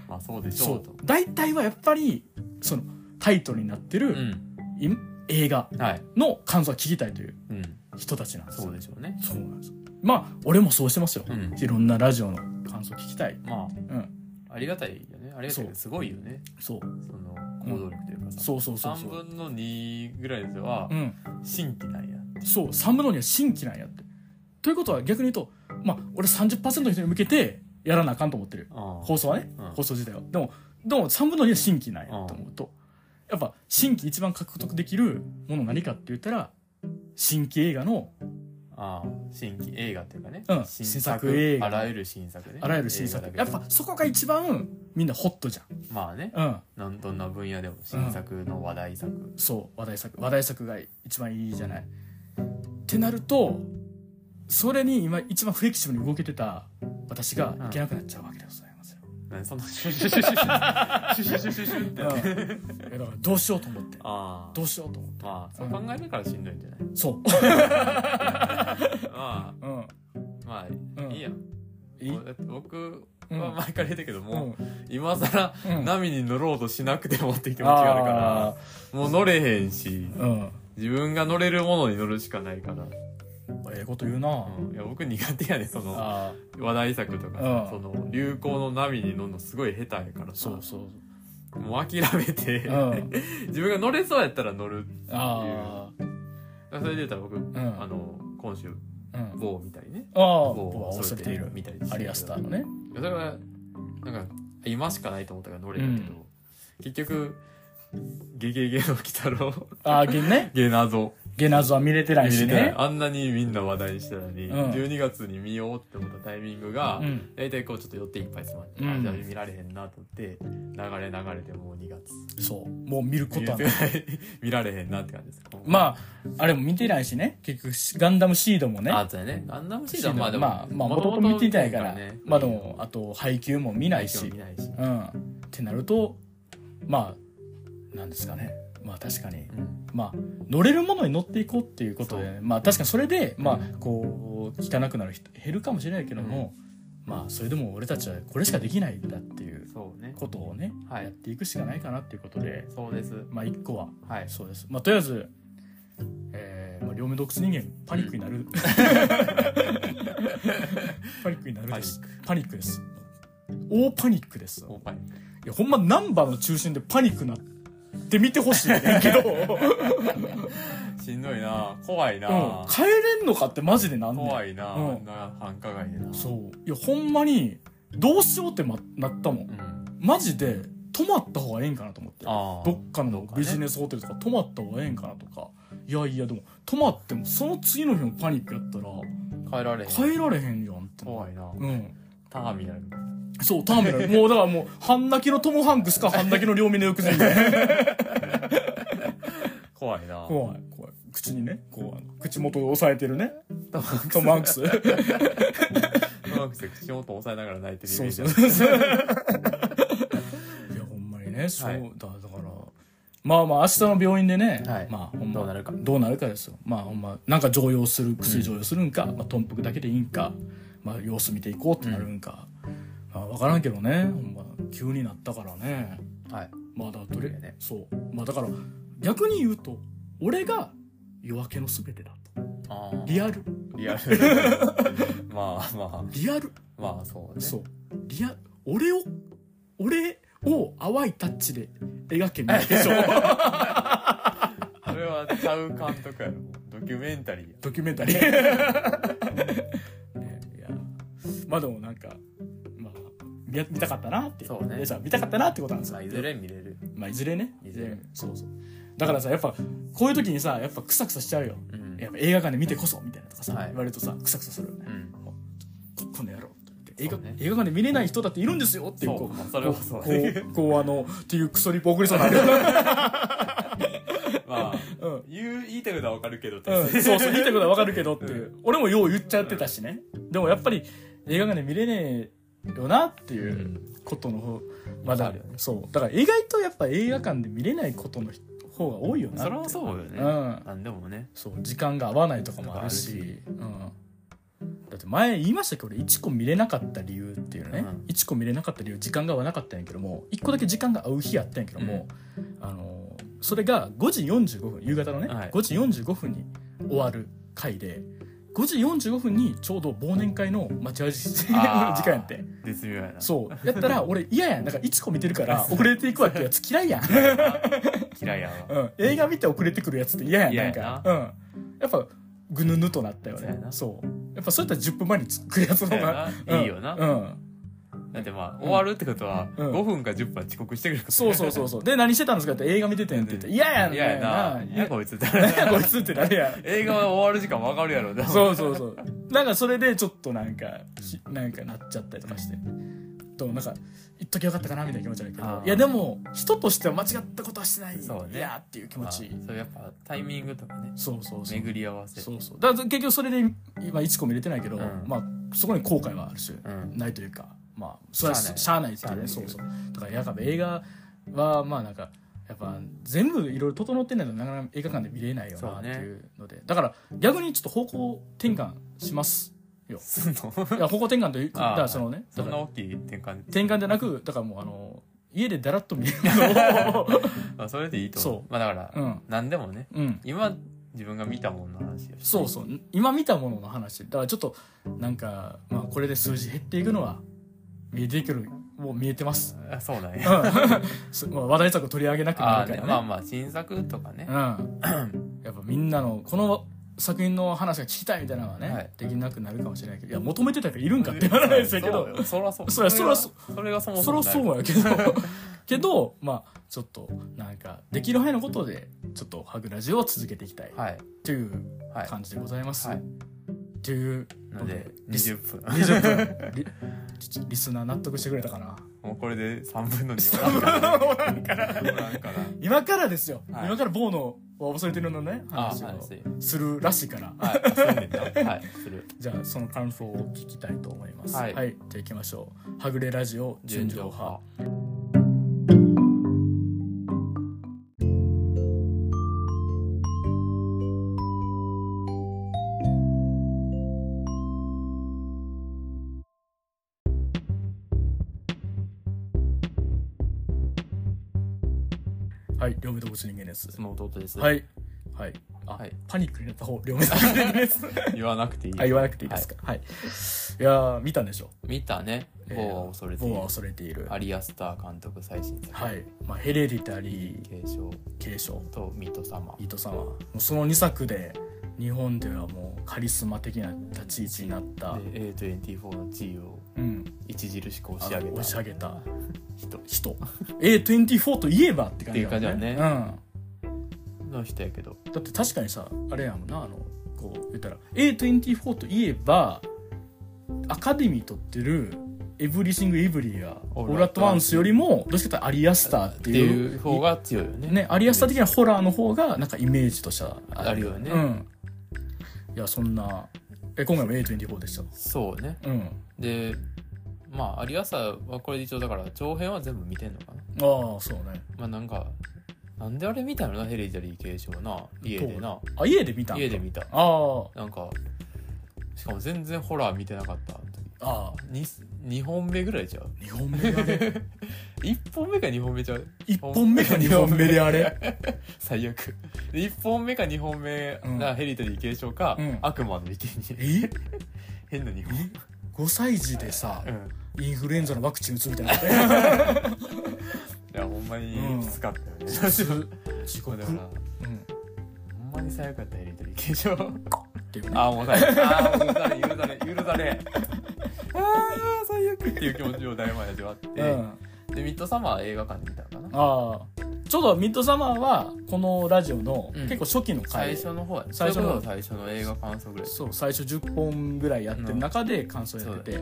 Speaker 2: まあそうでし
Speaker 1: そ
Speaker 2: ょ
Speaker 1: う
Speaker 2: うと。
Speaker 1: 大体はやっぱりそのタイトルになって
Speaker 2: う
Speaker 1: る、
Speaker 2: ん。
Speaker 1: い映画
Speaker 2: はい。
Speaker 1: の感想を聞きたいという
Speaker 2: うん。
Speaker 1: 人たちなんです
Speaker 2: そうでしょうね。
Speaker 1: そうなんですまあ俺もそうしてますよ、
Speaker 2: うん
Speaker 1: いろんなラジオの感想を聞きたい、
Speaker 2: ま
Speaker 1: うん、
Speaker 2: あ、ありがたいよね。ありがたいけ
Speaker 1: そう
Speaker 2: ど、すごいよね。
Speaker 1: そう
Speaker 2: その、行動力というかさ。
Speaker 1: そうそうそうそ
Speaker 2: 3
Speaker 1: う
Speaker 2: 分の2ぐらいですは
Speaker 1: う、ん
Speaker 2: 新規なんや。
Speaker 1: そう3分の2は新規なんやってということは逆に言うとまあ俺30%の人に向けてやらなあかんと思ってる
Speaker 2: あ
Speaker 1: 放送はね、
Speaker 2: うん
Speaker 1: 放送自体はでもでも3分の2は新規なんやと思うと、やっぱ新規一番獲得できるもの何かって言ったら新規映画の
Speaker 2: ああ、新規映画っていうかね。
Speaker 1: うん新作映画
Speaker 2: あらゆる新作ね。
Speaker 1: あらゆる新作
Speaker 2: 映
Speaker 1: や
Speaker 2: 画だ
Speaker 1: っ
Speaker 2: けど
Speaker 1: ぱそこが一番みんなホットじ
Speaker 2: まあね。
Speaker 1: ゃんうん
Speaker 2: なんどんな分野でも新作の話題作。
Speaker 1: そう話題作話題作が一番いいじゃないってなるとそれに今一番フレキシブルに動けてた私がいけなくなっちゃうわけでございますよ、
Speaker 2: 何そんなシュシュシュシュシュシュシュシュシュシュって。
Speaker 1: うん いやだからどうしようと思って
Speaker 2: ああ
Speaker 1: どうしようと思って
Speaker 2: まあそう考えるからしんどいんじゃない
Speaker 1: そう、うん
Speaker 2: まあま
Speaker 1: う
Speaker 2: あ
Speaker 1: ん、
Speaker 2: いいや
Speaker 1: いい
Speaker 2: だって僕
Speaker 1: う
Speaker 2: は
Speaker 1: ん
Speaker 2: 前から言ったけども、
Speaker 1: う
Speaker 2: 今更
Speaker 1: ん うん
Speaker 2: 波に乗ろうとしなくてもっていう気持ちがあるからもう乗れへんし
Speaker 1: らうん
Speaker 2: 自分が乗れるものに乗るしかないから、
Speaker 1: ええこと言うな、
Speaker 2: うん、いや僕苦手やねその
Speaker 1: ああ
Speaker 2: 話題作とか
Speaker 1: う
Speaker 2: さ
Speaker 1: ん
Speaker 2: その流行の波に乗るのすごい下手やからさ
Speaker 1: そうそう
Speaker 2: もう諦めて、
Speaker 1: うん
Speaker 2: 自分が乗れそうやったら乗る
Speaker 1: あ
Speaker 2: それで言ったら僕、
Speaker 1: ん
Speaker 2: あの今週
Speaker 1: あうん
Speaker 2: 某みたいね
Speaker 1: ああ
Speaker 2: 某
Speaker 1: 僕は恐れている
Speaker 2: みたいです
Speaker 1: アリアスターのね
Speaker 2: いやだからなんか今しかないと思ったから乗れたけど、結局ゲゲゲの鬼太郎
Speaker 1: ああ、ゲね。
Speaker 2: ゲナゾ
Speaker 1: ゲナズは見れてないし
Speaker 2: 見れてない
Speaker 1: ね。
Speaker 2: あんなにみんな話題にしてたのに、
Speaker 1: うん
Speaker 2: 12月に見ようって思ったタイミングが、
Speaker 1: うん。
Speaker 2: 大体こうちょっと寄っていっぱい詰まって、
Speaker 1: うん
Speaker 2: あじゃあ見られへんなと思って流れ流れてもう2月
Speaker 1: そう。もう見ることはない。
Speaker 2: 見られへんなって感じです
Speaker 1: まあ、あれも見てないしね。結局し、ガンダムシードもね。
Speaker 2: あそうやねガンダムシードはまあでも
Speaker 1: まあ、まあ、もともと見てないから。まあでも、あと、配給も見
Speaker 2: 見
Speaker 1: ないし
Speaker 2: 見。ないし、
Speaker 1: うん。ってなると、まあ、なんですかね。まあ確かに。
Speaker 2: うん
Speaker 1: まあ、乗れるものに乗っていこうっていうことで、まあ確かにそれで、まあ、こう、汚くなる人減るかもしれないけども、まあそれでも俺たちはこれしかできないんだっていう
Speaker 2: そうね
Speaker 1: ことをね、
Speaker 2: はい
Speaker 1: やっていくしかないかなっていうことで、
Speaker 2: そうです
Speaker 1: まあ一個は
Speaker 2: はい
Speaker 1: そうです。まあとりあえず、えーまあ、両目洞窟人間パニックになる。 パニックになるです。パニックです。大パニックです。
Speaker 2: おっぱい
Speaker 1: いやほんま難波の中心でパニックなって見てほ しいねんけど、うん
Speaker 2: しんどいな怖いな、
Speaker 1: 帰れんのかってマジでなんねん
Speaker 2: 怖いな、
Speaker 1: うん
Speaker 2: あんな繁華街でな、
Speaker 1: そうういやほんまにどうしようって、ま、なったもん
Speaker 2: ん、
Speaker 1: マジで泊まった方がええんかなと思って
Speaker 2: あ
Speaker 1: どっかのビジネスホテルとか泊まった方がええんかなとかいやいやでも泊まってもその次の日もパニックやったら
Speaker 2: 帰られへん
Speaker 1: 帰られへんやんって
Speaker 2: 怖いな
Speaker 1: うん
Speaker 2: ターミナル
Speaker 1: そうターミナルもうだからもう半泣きのトム・ハンクスか半泣きの両目の行く 人間
Speaker 2: 怖いな
Speaker 1: 怖い怖い口にねこうあの口元で押さえてるね
Speaker 2: トマー
Speaker 1: トム・ハン クス
Speaker 2: クス口元押さえながら泣いてるイ
Speaker 1: そ
Speaker 2: メー
Speaker 1: う
Speaker 2: ジ
Speaker 1: そ
Speaker 2: あ
Speaker 1: うそう
Speaker 2: る
Speaker 1: いやほんまにねそう、
Speaker 2: はい
Speaker 1: だだからまあまあ明日の病院でね、
Speaker 2: はい
Speaker 1: まあほんま
Speaker 2: どうなるか
Speaker 1: どうなるかですよまあほんまなんか常用する薬常用するんか、まあ頓服だけでいいんか、まあ、様子見ていこうってなるんか、まあ、分からんけどねほんま急になったからね
Speaker 2: はい
Speaker 1: まあだどれ、
Speaker 2: そうだよね
Speaker 1: そうまあだから逆に言うと俺が夜明けのすべてだと
Speaker 2: あー
Speaker 1: リアル
Speaker 2: リアル まあま
Speaker 1: リアル
Speaker 2: あまあそうね
Speaker 1: そうリア俺を俺を淡いタッチで描けない でしょ
Speaker 2: それはちゃう監督やろドキュメンタリーや
Speaker 1: ドキュメンタリーねいやまあでもなんかまあ見見たかったなって
Speaker 2: そうね
Speaker 1: でさ見たかったなってことなんです
Speaker 2: ま
Speaker 1: よ
Speaker 2: あいずれ見れる
Speaker 1: まあいずれね
Speaker 2: いずれ
Speaker 1: そうそうだからさやっぱこういう時にさやっぱクサクサしちゃうよ
Speaker 2: うん
Speaker 1: やっぱ映画館で見てこそみたいなとかさ、
Speaker 2: はい
Speaker 1: 言われるとさクサクサするよね
Speaker 2: うん
Speaker 1: ここの野郎と思って映画
Speaker 2: そうね
Speaker 1: 映画館で見れない人だっているんですよっていう
Speaker 2: そう
Speaker 1: こう
Speaker 2: それはそう
Speaker 1: こうこうあのっていうクソリポ送りそうになる
Speaker 2: まあ
Speaker 1: うん
Speaker 2: 言う言いたいことはわかるけどって
Speaker 1: うんそうそう言いたいことはわかるけどっていう、俺もよう言っちゃってたしね、でもやっぱり映画館で見れねえよなっていううんことの方まだ
Speaker 2: あるよね
Speaker 1: そうだから意外とやっぱ映画館で見れないことの方が多いよな
Speaker 2: それ
Speaker 1: っ
Speaker 2: は
Speaker 1: て
Speaker 2: そうよね
Speaker 1: うん
Speaker 2: なんでもね
Speaker 1: そう時間が合わないとかもあるし
Speaker 2: とかあるし
Speaker 1: うん、だって前言いましたけど俺1個見れなかった理由っていうのね、
Speaker 2: うん
Speaker 1: 1個見れなかった理由時間が合わなかったんやけども1個だけ時間が合う日やったんやけども、あのそれが5時45分夕方のね、
Speaker 2: はい
Speaker 1: 5時45分に終わる回で5時45分にちょうど忘年会の待ち合わせ時間
Speaker 2: あー
Speaker 1: やってん
Speaker 2: 絶妙やな
Speaker 1: そうやったら俺嫌やんだから1個見てる から遅れていくわけやつ嫌いやん
Speaker 2: 嫌いやわ
Speaker 1: うん、映画見て遅れてくるやつって嫌やん
Speaker 2: 嫌
Speaker 1: な
Speaker 2: や
Speaker 1: んか
Speaker 2: な
Speaker 1: うん、やっぱぐぬぬとなったよ
Speaker 2: そうや
Speaker 1: ね
Speaker 2: な
Speaker 1: そうやっぱそういったら10分前に作るやつの
Speaker 2: そう
Speaker 1: 方
Speaker 2: や
Speaker 1: が
Speaker 2: な
Speaker 1: うん
Speaker 2: いいよな
Speaker 1: うん
Speaker 2: だってまあ終わるってことは
Speaker 1: うん
Speaker 2: 5分か10分遅刻してくる
Speaker 1: そうそうそうそうで何してたんですかって映画見ててんって言って嫌やん
Speaker 2: いややな
Speaker 1: み
Speaker 2: い
Speaker 1: た
Speaker 2: や
Speaker 1: いな
Speaker 2: こいつ
Speaker 1: 何や こいつってなるやん
Speaker 2: 映画は終わる時間わかるやろでも
Speaker 1: そうそうそうなんかそれでちょっとなんかひなんかなっちゃったりとかしてとなんか言っときゃよかったかなみたいな気持ちあるけ
Speaker 2: あ
Speaker 1: ど
Speaker 2: ー
Speaker 1: いやでも人としては間違ったことはしてない
Speaker 2: そうね
Speaker 1: いやーっていう気持
Speaker 2: まあそ
Speaker 1: ち
Speaker 2: れやっぱタイミングとかね
Speaker 1: そうそうそう
Speaker 2: 巡り合わせ
Speaker 1: そうそうだから結局それで今1個見れてないけど、
Speaker 2: うん
Speaker 1: まあそこに後悔はあるし、
Speaker 2: うん
Speaker 1: ないというかまあそれはし
Speaker 2: し
Speaker 1: ゃ
Speaker 2: ゃ
Speaker 1: あないっていうね
Speaker 2: し
Speaker 1: そ
Speaker 2: ゃあ
Speaker 1: う
Speaker 2: ない
Speaker 1: そうだからやっぱ映画はまあなんかやっぱ全部いろいろ整ってないとなかなか映画館で見れないよな
Speaker 2: そ
Speaker 1: っ
Speaker 2: う
Speaker 1: て
Speaker 2: ね
Speaker 1: いうのでだから逆にちょっと方向転換します
Speaker 2: すん の
Speaker 1: いや方向転換というか
Speaker 2: あー
Speaker 1: だからそのねだ
Speaker 2: そん
Speaker 1: か
Speaker 2: な
Speaker 1: ら
Speaker 2: 大きい転換
Speaker 1: 転換じゃなくだからもうあの家でだらっと見れる のを
Speaker 2: まあそれでいいと思う
Speaker 1: そ
Speaker 2: まあだから
Speaker 1: うん
Speaker 2: 何でもね
Speaker 1: うん
Speaker 2: 今自分が見たものの話やし
Speaker 1: そうそう今見たものの話だからちょっとなんか、まあ、これで数字減っていくのは見えてくるもう見えてます、
Speaker 2: あそうなん
Speaker 1: うん
Speaker 2: や
Speaker 1: すまあ、話題作を取り上げなくな
Speaker 2: あ
Speaker 1: る
Speaker 2: ー
Speaker 1: から
Speaker 2: ね
Speaker 1: ね
Speaker 2: まあまあ新作とかね
Speaker 1: うん、やっぱみんなのこの作品の話が聞きたいみたいなのはね、
Speaker 2: はい
Speaker 1: できなくなるかもしれないけどいや求めてた人いるんかっていう話でしたけど
Speaker 2: そうよそらそう
Speaker 1: そらそらそ
Speaker 2: それがそも
Speaker 1: そ
Speaker 2: そも
Speaker 1: らそうやけど けどまあちょっとなんかできる範囲のことでちょっとハグラジオを続けていきたい
Speaker 2: はい
Speaker 1: という
Speaker 2: はい
Speaker 1: 感じでございます。
Speaker 2: はい
Speaker 1: という
Speaker 2: なので
Speaker 1: リス
Speaker 2: 20分
Speaker 1: 20分リちょリスナー納得してくれたかな
Speaker 2: もうこれで3分の2
Speaker 1: 3分のおらんか
Speaker 2: おらんから
Speaker 1: 今からですよ、
Speaker 2: はい
Speaker 1: 今からボーノを忘れてるのね
Speaker 2: あ
Speaker 1: 話を
Speaker 2: 話
Speaker 1: するらしいから
Speaker 2: はいするねんなはいする
Speaker 1: じゃあその感想を聞きたいと思います。は、
Speaker 2: はいい
Speaker 1: じゃあ行きましょう。はぐれラジオ純情派。はい、両目動物人間です。
Speaker 2: その弟です
Speaker 1: はい、はい、あ、
Speaker 2: はい
Speaker 1: パニックになった方、両目動物人間です。
Speaker 2: 言わなくて いい
Speaker 1: あ言わなくていいですか。はい。い、やー見たんでしょ。
Speaker 2: 見たね「
Speaker 1: えー
Speaker 2: ボーは恐れてい
Speaker 1: ボ
Speaker 2: る
Speaker 1: アは」恐れている。
Speaker 2: アリアスター監督最新作
Speaker 1: はい。まあヘレディタリー
Speaker 2: 継承
Speaker 1: 継承
Speaker 2: とミト様
Speaker 1: 伊藤さんはもうその2作で日本ではもうカリスマ的な立ち位置になった、
Speaker 2: で A24 の地位を
Speaker 1: うん、
Speaker 2: 著しく押
Speaker 1: あ
Speaker 2: し上
Speaker 1: の
Speaker 2: げた
Speaker 1: 押し上げた
Speaker 2: 人
Speaker 1: 人 A24 といえばって感じだよ
Speaker 2: って
Speaker 1: ね
Speaker 2: いう感じだ
Speaker 1: うん
Speaker 2: の人やけど
Speaker 1: だって確かにさあれやもんなあのこう言ったら A24 といえばアカデミー取ってる「エブリシング・エブリア」「
Speaker 2: オ
Speaker 1: オ
Speaker 2: ール
Speaker 1: ール・アット・ワンス」よりもどっちかというとアリアスターって
Speaker 2: って
Speaker 1: いう
Speaker 2: いう方が強いよね
Speaker 1: ねアリアスター的なホラーの方がなんかイメージとしては
Speaker 2: あるよね
Speaker 1: うん、いやそんなえ今回も A24 でし
Speaker 2: そうね
Speaker 1: たうん
Speaker 2: でまあアリアスターはこれで一応だから長編は全部見てんのかな
Speaker 1: ああそうね
Speaker 2: まあなんかなんであれ見たのなヘレディタリー継承な家でな
Speaker 1: あ家で見たんか
Speaker 2: 家で見た
Speaker 1: あー
Speaker 2: なんかしかも全然ホラー見てなかった
Speaker 1: あ
Speaker 2: 2, 二本目ぐらいち ゃう
Speaker 1: ー二本目が ね
Speaker 2: 1本目か2本目ちゃう
Speaker 1: 一本目が二本目であれ
Speaker 2: 最悪で1本目か2本目がヘリタリー継承か、
Speaker 1: うん
Speaker 2: 悪魔の池に
Speaker 1: え
Speaker 2: 変な日本、
Speaker 1: 5歳児でさ
Speaker 2: うん、
Speaker 1: インフルエンザのワクチン打つみたい な
Speaker 2: いやほんま
Speaker 1: うん
Speaker 2: にきつかったよね、
Speaker 1: 事
Speaker 2: こ
Speaker 1: 故
Speaker 2: れだ
Speaker 1: だから
Speaker 2: か
Speaker 1: ら、うん、っ
Speaker 2: ほんまに最悪やったヘリタリー継承
Speaker 1: ていうね
Speaker 2: あーもう最悪あー許され許され許されあー最悪っていう気持ちをだいぶ味わって、
Speaker 1: うん
Speaker 2: でミッドサマーは映画館で見たのかな
Speaker 1: ああちょっとミッドサマーはこのラジオの
Speaker 2: うん
Speaker 1: 結構初期の
Speaker 2: 最
Speaker 1: 回、
Speaker 2: 初の方やね
Speaker 1: 最初の方
Speaker 2: それこそ最初の映画感想ぐらい
Speaker 1: そう最初10本ぐらいやってる中で感想やってて、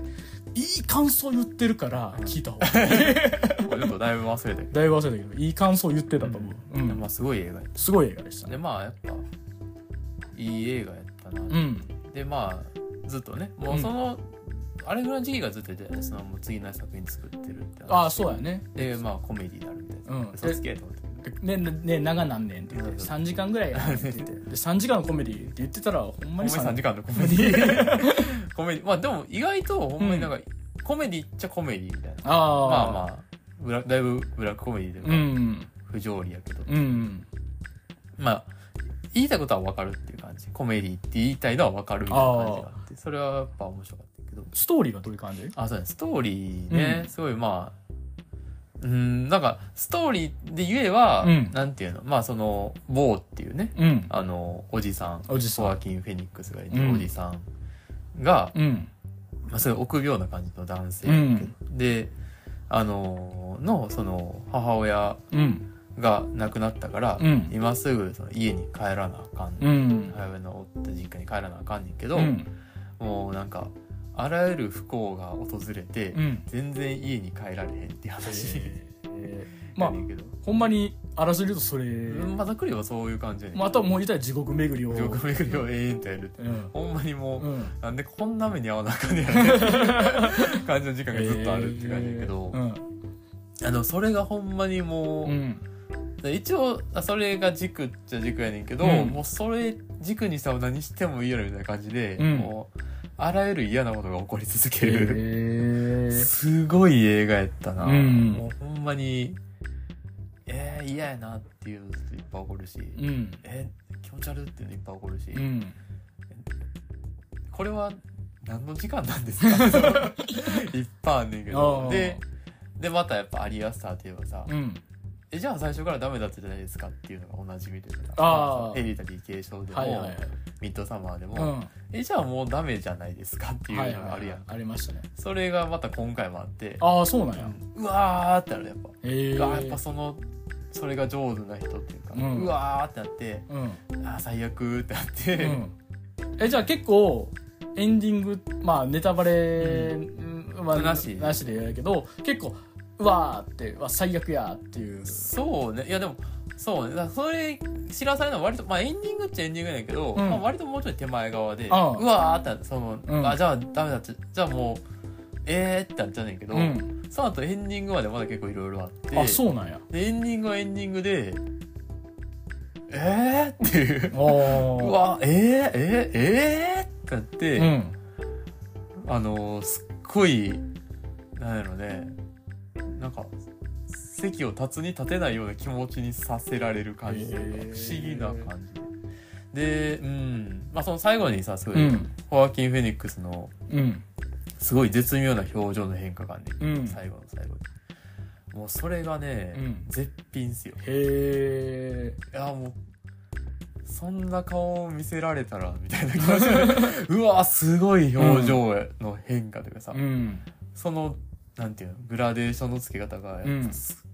Speaker 1: いい感想言ってるから聞いた方がいい
Speaker 2: ちょっとだいぶ忘れたけ
Speaker 1: だいぶ忘れたけどいい感想言ってたと思う、う
Speaker 2: ど、
Speaker 1: ん
Speaker 2: まあすごい映画やっ
Speaker 1: すごい映画でした
Speaker 2: た
Speaker 1: ね
Speaker 2: でまあやっぱいい映画やったな、
Speaker 1: うん
Speaker 2: でまあずっとねもうその、あれぐらいの時期がずっと出てたよねそのもう次の作品作ってるって話
Speaker 1: ああそうやね
Speaker 2: でまあコメディであるみたいな、
Speaker 1: うん
Speaker 2: 嘘つけと思って
Speaker 1: ねねね長なんねんって言って
Speaker 2: うん
Speaker 1: 3時間ぐらいやねんって言ってで3時間のコメディって言ってたらほん
Speaker 2: ほ
Speaker 1: ま
Speaker 2: んまに
Speaker 1: に
Speaker 2: 3
Speaker 1: 3
Speaker 2: 時
Speaker 1: 時
Speaker 2: 間のコメ ディコメディまあでも意外とほんまになんか、コメディっちゃコメディみたいな
Speaker 1: 間ああ
Speaker 2: まあ
Speaker 1: あ
Speaker 2: まあブラだいぶブラックコメディで
Speaker 1: う
Speaker 2: も
Speaker 1: ん
Speaker 2: 不条理やけど、
Speaker 1: うん
Speaker 2: まあ言いたいことは分かるっていう感じコメディって言いたいのは分かるみたいな感じがあってそれはやっぱ面白かったけど
Speaker 1: ストーリーがどういう感じ
Speaker 2: あそうだねストーリーね、
Speaker 1: うん
Speaker 2: すごいまあうんなんかストーリーで言えば、
Speaker 1: うん
Speaker 2: なんていうのまあそのボーっていうね
Speaker 1: うん
Speaker 2: あのおじさん
Speaker 1: おじさん
Speaker 2: ホアキン・フェニックスがいて
Speaker 1: うん
Speaker 2: おじさんが、
Speaker 1: うん
Speaker 2: まあ、すごい臆病な感じの男性、
Speaker 1: うん
Speaker 2: であののその母親
Speaker 1: うん
Speaker 2: が亡くなったから、
Speaker 1: うん
Speaker 2: 今すぐその家に帰らなあかん、
Speaker 1: うん
Speaker 2: 母親のおった実家に帰らなあかんねんけ
Speaker 1: う
Speaker 2: ど、
Speaker 1: ん
Speaker 2: もうなんかあらゆる不幸が訪れて、
Speaker 1: うん
Speaker 2: 全然家に帰られへんっていう話
Speaker 1: ま
Speaker 2: や
Speaker 1: あ
Speaker 2: ねんけど、
Speaker 1: ほんまにあらすじるとそれ、
Speaker 2: まあざっくりはそういう感じやねんけど
Speaker 1: まあ、あとはもう言ったら地獄巡りを
Speaker 2: 地獄巡りを永遠とやるって
Speaker 1: うん
Speaker 2: ほんまにもう、
Speaker 1: うん
Speaker 2: なんでこんな目に遭わなあかんねやろって いう感じの時間がずっとあるって感じやけど、
Speaker 1: えー
Speaker 2: あのそれがほんまにも
Speaker 1: う
Speaker 2: う、
Speaker 1: ん
Speaker 2: 一応あそれが軸っちゃ軸やねんけど、
Speaker 1: うん
Speaker 2: もうそれ軸にさ何してもいいやろみたいな感じで、
Speaker 1: うん
Speaker 2: もうあらゆる嫌なことが起こり続け
Speaker 1: え
Speaker 2: る、
Speaker 1: ー
Speaker 2: すごい映画やったな、
Speaker 1: うん
Speaker 2: もうほんまにえー、嫌やなっていうのずっといっぱい起こるし、
Speaker 1: うん
Speaker 2: え気持ち悪いっていうのいっぱい起こるし、
Speaker 1: うん
Speaker 2: これは何の時間なんですか いっぱいあんねんけ
Speaker 1: あ
Speaker 2: ど
Speaker 1: ー
Speaker 2: ででまたやっぱアリアスターといえばさ、
Speaker 1: うん
Speaker 2: えじゃあ最初からダメだったじゃないですかっていうのがおなじみというか
Speaker 1: あー
Speaker 2: そのヘリタリー継承でも、
Speaker 1: はいはいはい
Speaker 2: ミッドサマーでも、
Speaker 1: うん
Speaker 2: えじゃあもうダメじゃないですかっていう
Speaker 1: はい
Speaker 2: のがあるやん、
Speaker 1: ありましたね
Speaker 2: それがまた今回もあって
Speaker 1: ああそうなんや
Speaker 2: うわーってなるやっぱ、
Speaker 1: へえ
Speaker 2: うわーやっぱそのそれが上手な人っていうか、
Speaker 1: う
Speaker 2: うんわーってなって
Speaker 1: うん
Speaker 2: あー最悪ってなって、
Speaker 1: うん、えじゃあ結構エンディングまあネタバレ、うんまあ、
Speaker 2: なし
Speaker 1: なしでやるけど結構うわーってうわ最悪やーっていう
Speaker 2: そうねいやでもそうねだからそれ知らされるのは割と、まあ、エンディングっちゃエンディングだけど、
Speaker 1: うん
Speaker 2: まあ、割ともうちょい手前側で
Speaker 1: ああ
Speaker 2: うわーってその、
Speaker 1: うん
Speaker 2: あじゃあダメだってじゃあもうえーってなっちゃうねんけど、
Speaker 1: うん、
Speaker 2: その後エンディングまでまだ結構いろいろあって
Speaker 1: あそうなんや
Speaker 2: でエンディングはエンディングでえーっていう
Speaker 1: あー
Speaker 2: うわえー、えー、えー、ってなって、
Speaker 1: うん
Speaker 2: あのーすっごいなんやろねなんか席を立つに立てないような気持ちにさせられる感じというか
Speaker 1: へ
Speaker 2: 不思議
Speaker 1: ー
Speaker 2: な感じでうんまあその最後にさすご
Speaker 1: う
Speaker 2: い、
Speaker 1: ん
Speaker 2: ホアキン・フェニックスの
Speaker 1: うん
Speaker 2: すごい絶妙な表情の変化があんね、
Speaker 1: うん
Speaker 2: 最後の最後にもうそれがね、
Speaker 1: うん
Speaker 2: 絶品っすよ
Speaker 1: へえ
Speaker 2: いやもうそんな顔を見せられたらみたいな感じで うわすごい表情の変化というかさ、
Speaker 1: うん
Speaker 2: そのなんていうのグラデーションのつけ方がやっぱ
Speaker 1: うん
Speaker 2: す,、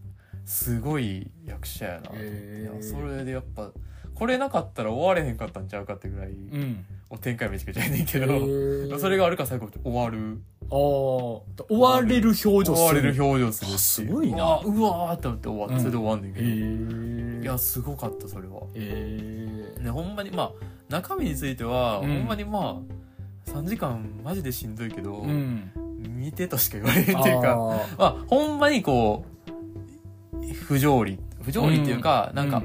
Speaker 2: すごい役者やなと思って、
Speaker 1: へー
Speaker 2: いやそれでやっぱこれなかったら終われへんかったんちゃうかってぐらい、
Speaker 1: うん
Speaker 2: お展開めちゃくちゃやねんけ
Speaker 1: へ
Speaker 2: ど、
Speaker 1: ー
Speaker 2: それがあるから最後終わる
Speaker 1: あー終われる表情する
Speaker 2: 終われる表情するっていう
Speaker 1: あすごいな
Speaker 2: うわうわーって思って終わって、
Speaker 1: うん
Speaker 2: それで終わんねんけど、
Speaker 1: へえ
Speaker 2: いやすごかったそれは。
Speaker 1: へ
Speaker 2: ね、ほんまにまあ中身については、
Speaker 1: うん
Speaker 2: ほんまにまあ3時間マジでしんどいけど、
Speaker 1: えうん
Speaker 2: 見てとしか言われへんっていうか
Speaker 1: あ
Speaker 2: まあほんまにこう不条理不条理っていうか、
Speaker 1: うん
Speaker 2: なん
Speaker 1: う
Speaker 2: か、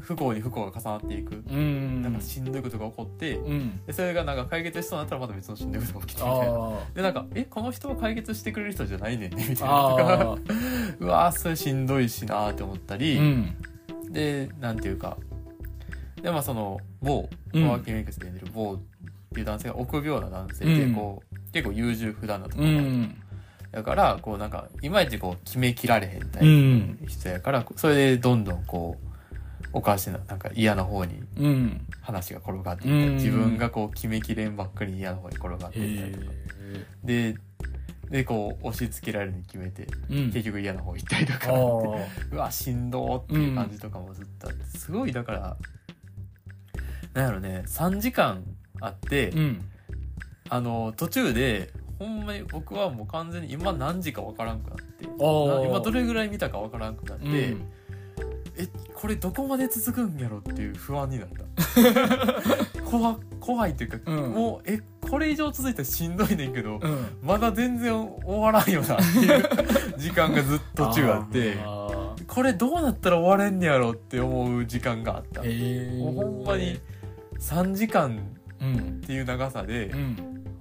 Speaker 2: 不幸に不幸が重なっていく、
Speaker 1: ーうん
Speaker 2: なんかしんどいことが起こって、
Speaker 1: うん
Speaker 2: でそれがなんか解決しそうになったらまた別のしんどいことが起きてみ
Speaker 1: あ
Speaker 2: たいな。
Speaker 1: ー
Speaker 2: でなんか「えこの人は解決してくれる人じゃないねんね」みたいなとか
Speaker 1: あ
Speaker 2: うわーそれしんどいしなーって思ったり、
Speaker 1: ーうん
Speaker 2: でなんていうかでまあその某
Speaker 1: うん
Speaker 2: ワーキングメイクスで出てる某っていう男性が臆病な男性でこう、結構優柔不断なとこ
Speaker 1: う
Speaker 2: ろ、
Speaker 1: ん
Speaker 2: だからこうなんかいまいちこう決めきられへんタ
Speaker 1: う
Speaker 2: イ
Speaker 1: ん
Speaker 2: プの人やから、それでどんどんこうおかしななんか嫌な方に
Speaker 1: うん
Speaker 2: 話が転がっていったり
Speaker 1: うん
Speaker 2: 自分がこう決めきれんばっかり嫌な方に転がっていったりとかででこう押し付けられるに決めて
Speaker 1: うん
Speaker 2: 結局嫌な方行ったりと
Speaker 1: あ
Speaker 2: か
Speaker 1: ー
Speaker 2: うわしんどーっていう感じとかもずっとあって、すごいだからなんやろね3時間あって、
Speaker 1: うん
Speaker 2: あの途中でほんまに僕はもう完全に今何時かわからんくなってな
Speaker 1: あー
Speaker 2: 今どれぐらい見たかわからんくなって、
Speaker 1: うん
Speaker 2: えこれどこまで続くんやろっていう不安になった 怖怖いっていうか、
Speaker 1: うん
Speaker 2: もうえこれ以上続いたらしんどいねんけど
Speaker 1: うん
Speaker 2: まだ全然終わらんよなっていう時間がずっと途中あって。
Speaker 1: あー
Speaker 2: これどうなったら終われんねやろって思う時間があった、
Speaker 1: へえ
Speaker 2: もうほんまに3時間
Speaker 1: うん
Speaker 2: っていう長さで、
Speaker 1: うん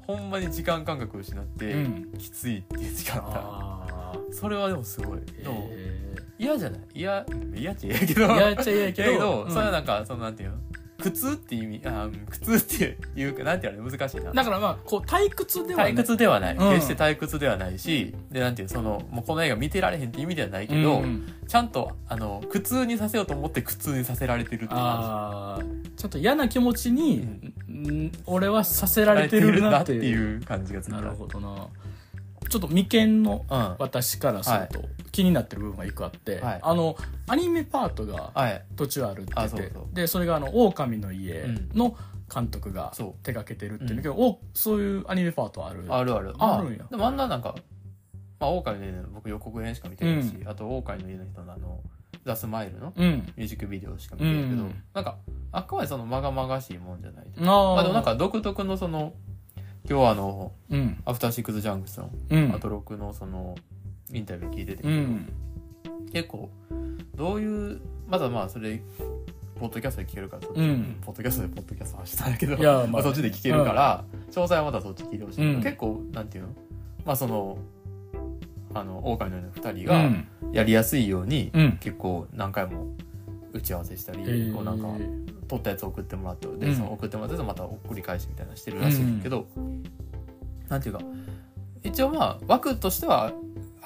Speaker 2: ほんまに時間感覚を失って、
Speaker 1: うん
Speaker 2: きついっていう時間あっ
Speaker 1: あー
Speaker 2: たそれはでもすごいでも
Speaker 1: へ
Speaker 2: 嫌じゃない嫌嫌っちゃ嫌やけど
Speaker 1: ーいや
Speaker 2: 嫌
Speaker 1: っちゃいやけ
Speaker 2: け
Speaker 1: ど
Speaker 2: ど、
Speaker 1: うん
Speaker 2: それはなんかそのなんていうの苦痛っていう意味あーうん苦痛っていうかなんていうの難しいな
Speaker 1: だからまあこう退屈ではない
Speaker 2: 退屈ではない、
Speaker 1: うん
Speaker 2: 決して退屈ではないしでなんていうそのもうこの映画見てられへんって意味ではないけど、
Speaker 1: うん
Speaker 2: ちゃんとあの苦痛にさせようと思って苦痛にさせられてるって感じ
Speaker 1: あーちょっと嫌な気持ちにうん俺はさせられてるなっていう
Speaker 2: う感じがす
Speaker 1: なるほどなちょっと眉間の
Speaker 2: うん。は
Speaker 1: 私からすると気になってる部分が一個あって、
Speaker 2: はい
Speaker 1: あのアニメパートが
Speaker 2: い。
Speaker 1: 途中あるって言って
Speaker 2: あそうそう
Speaker 1: でそれがあの「狼の家」の監督が
Speaker 2: うんそう
Speaker 1: 手掛けてるっていうけど、おそういうアニメパートある
Speaker 2: あるある。あ
Speaker 1: あるんや
Speaker 2: でもあんななんか、まあ、狼の家の僕予告編しか見てないし、
Speaker 1: う
Speaker 2: あと狼の家の人のあの、ザ・スマイルの
Speaker 1: うん
Speaker 2: ミュージックビデオしか見てないけど、
Speaker 1: うん
Speaker 2: なんか、あくまでそのまがまがしいもんじゃないと
Speaker 1: あ
Speaker 2: いうか。
Speaker 1: ー
Speaker 2: まあでもなんか独特のその、今日はあの、
Speaker 1: うん
Speaker 2: アフターシックス・ジャンクション、
Speaker 1: うん
Speaker 2: アトロクのその、インタビュー聞いてて、
Speaker 1: うん
Speaker 2: 結構、どういう、まだまあそれ、ポッドキャストで聞けるから、
Speaker 1: ん
Speaker 2: ポッドキャストでポッドキャストはしたんだけど、
Speaker 1: いや
Speaker 2: まあ、そっちで聞けるか、ら、詳細はまだそっち聞いてほしい、
Speaker 1: うん
Speaker 2: 結構なんていうのまあそのあの狼のような2人
Speaker 1: う
Speaker 2: が
Speaker 1: ん
Speaker 2: やりやすいように、
Speaker 1: うん
Speaker 2: 結構何回も打ち合わせしたり、
Speaker 1: えー
Speaker 2: こうなんか撮ったやつ送ってもらってで、
Speaker 1: うん
Speaker 2: その送ってもらってまた送り返しみたいなのしてるらしいんだけど、なんていうか一応まあ枠としては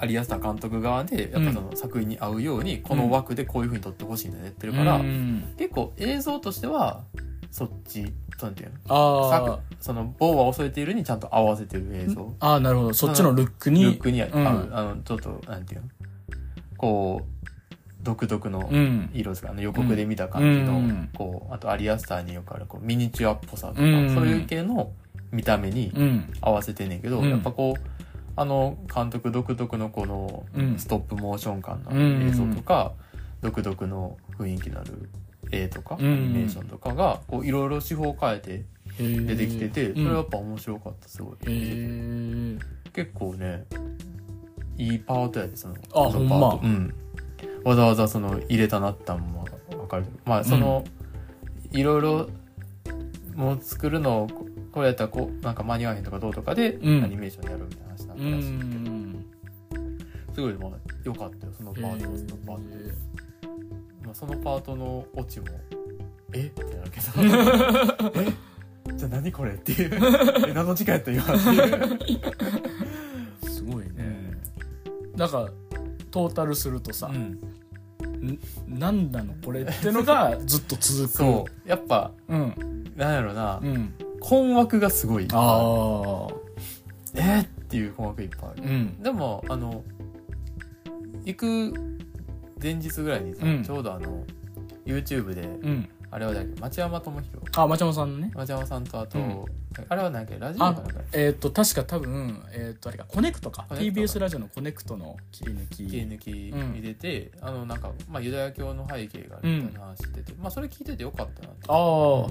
Speaker 2: 有安田監督側でやっぱその作品に合うようにこの枠でこういうふうに撮ってほしいんだねってるから、
Speaker 1: うん
Speaker 2: 結構映像としてはそっちなんていうの
Speaker 1: あ
Speaker 2: 作その棒は恐れているにちゃんと合わせてる映像
Speaker 1: ーあーなるほどそっちのルック
Speaker 2: ル
Speaker 1: に
Speaker 2: ックに合う、
Speaker 1: うん
Speaker 2: あのちょっとなんていうのこう独特の
Speaker 1: うん
Speaker 2: 色ですか、あの予告で見た感じの、
Speaker 1: うん
Speaker 2: こうあとアリアスターによくあるこうミニチュアっぽさとか、
Speaker 1: うん
Speaker 2: そういう系の見た目に
Speaker 1: うん
Speaker 2: 合わせてんねんけど、
Speaker 1: うん
Speaker 2: やっぱこうあの監督独特のこの
Speaker 1: うん
Speaker 2: ストップモーション感の
Speaker 1: うん
Speaker 2: 映像とか、独特の雰囲気のある絵とか、
Speaker 1: うん
Speaker 2: アニメーションとかがこういろいろ手法を変えて出
Speaker 1: 出
Speaker 2: てきてて、
Speaker 1: うん、
Speaker 2: それはやっぱ面白かったすごい、
Speaker 1: へー
Speaker 2: 結構ねいいパートやでその
Speaker 1: あ
Speaker 2: の
Speaker 1: ほんま
Speaker 2: パートうん、わざわざその入れたなったんも分かるまあその、いろいろもう作るのをここれやったらこうなんか間に合わへんとかどうとかで
Speaker 1: うん
Speaker 2: アニメーションやるみたいな話になっ
Speaker 1: う
Speaker 2: たらしい、
Speaker 1: ん
Speaker 2: すごいまあ良かったよそのパートはそのパート、まあ、そのパートのオチもえってなるけ どえじゃあ何これっていうえ何の時間やった今っていう。
Speaker 1: すごいね、なんかトータルするとさ、
Speaker 2: うん
Speaker 1: なんなのこれってのがずっと続く
Speaker 2: そうやっぱ
Speaker 1: うん
Speaker 2: なんやろな、
Speaker 1: うん
Speaker 2: 困惑がすごいあ
Speaker 1: ああ
Speaker 2: えーっていう困惑いっぱいある、
Speaker 1: うん
Speaker 2: でもあの行く前日ぐらいにさ、
Speaker 1: うん
Speaker 2: ちょうどあの YouTube で
Speaker 1: うん
Speaker 2: あれはだっけ町山智博
Speaker 1: あ町山さんのね
Speaker 2: 町山さんとあと、
Speaker 1: うん
Speaker 2: あれは何やっけラジオかなんかや
Speaker 1: えっ、と確か多分えっ、とあれかコネクトか
Speaker 2: コネクト
Speaker 1: TBS ラジオのコネクトの切り抜き
Speaker 2: 切り抜き入れて、あのなんか、まあ、ユダヤ教の背景があるみたいな話してて、まあそれ聞いててよかったなって
Speaker 1: ああ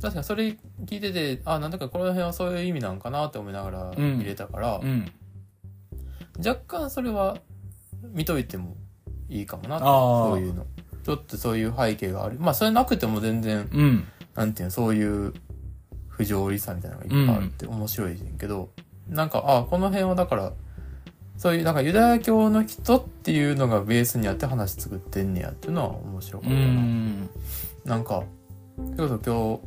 Speaker 2: 確かにそれ聞いててあなんだかこの辺はそういう意味なんかなって思いながら
Speaker 1: うん
Speaker 2: 入れたから、
Speaker 1: うん
Speaker 2: 若干それは見といてもいいかもな
Speaker 1: あー
Speaker 2: そういうのちょっとそういう背景があるまあそれなくても全然
Speaker 1: うん
Speaker 2: なんていうのそういう不条理さみたいなのがいっぱいあるって面白いねんけど、なんかあこの辺はだからそういうなんかユダヤ教の人っていうのがベースにあって話作ってんねやっていうのは面白か
Speaker 1: う
Speaker 2: ったな、
Speaker 1: ん
Speaker 2: なんかそれこそ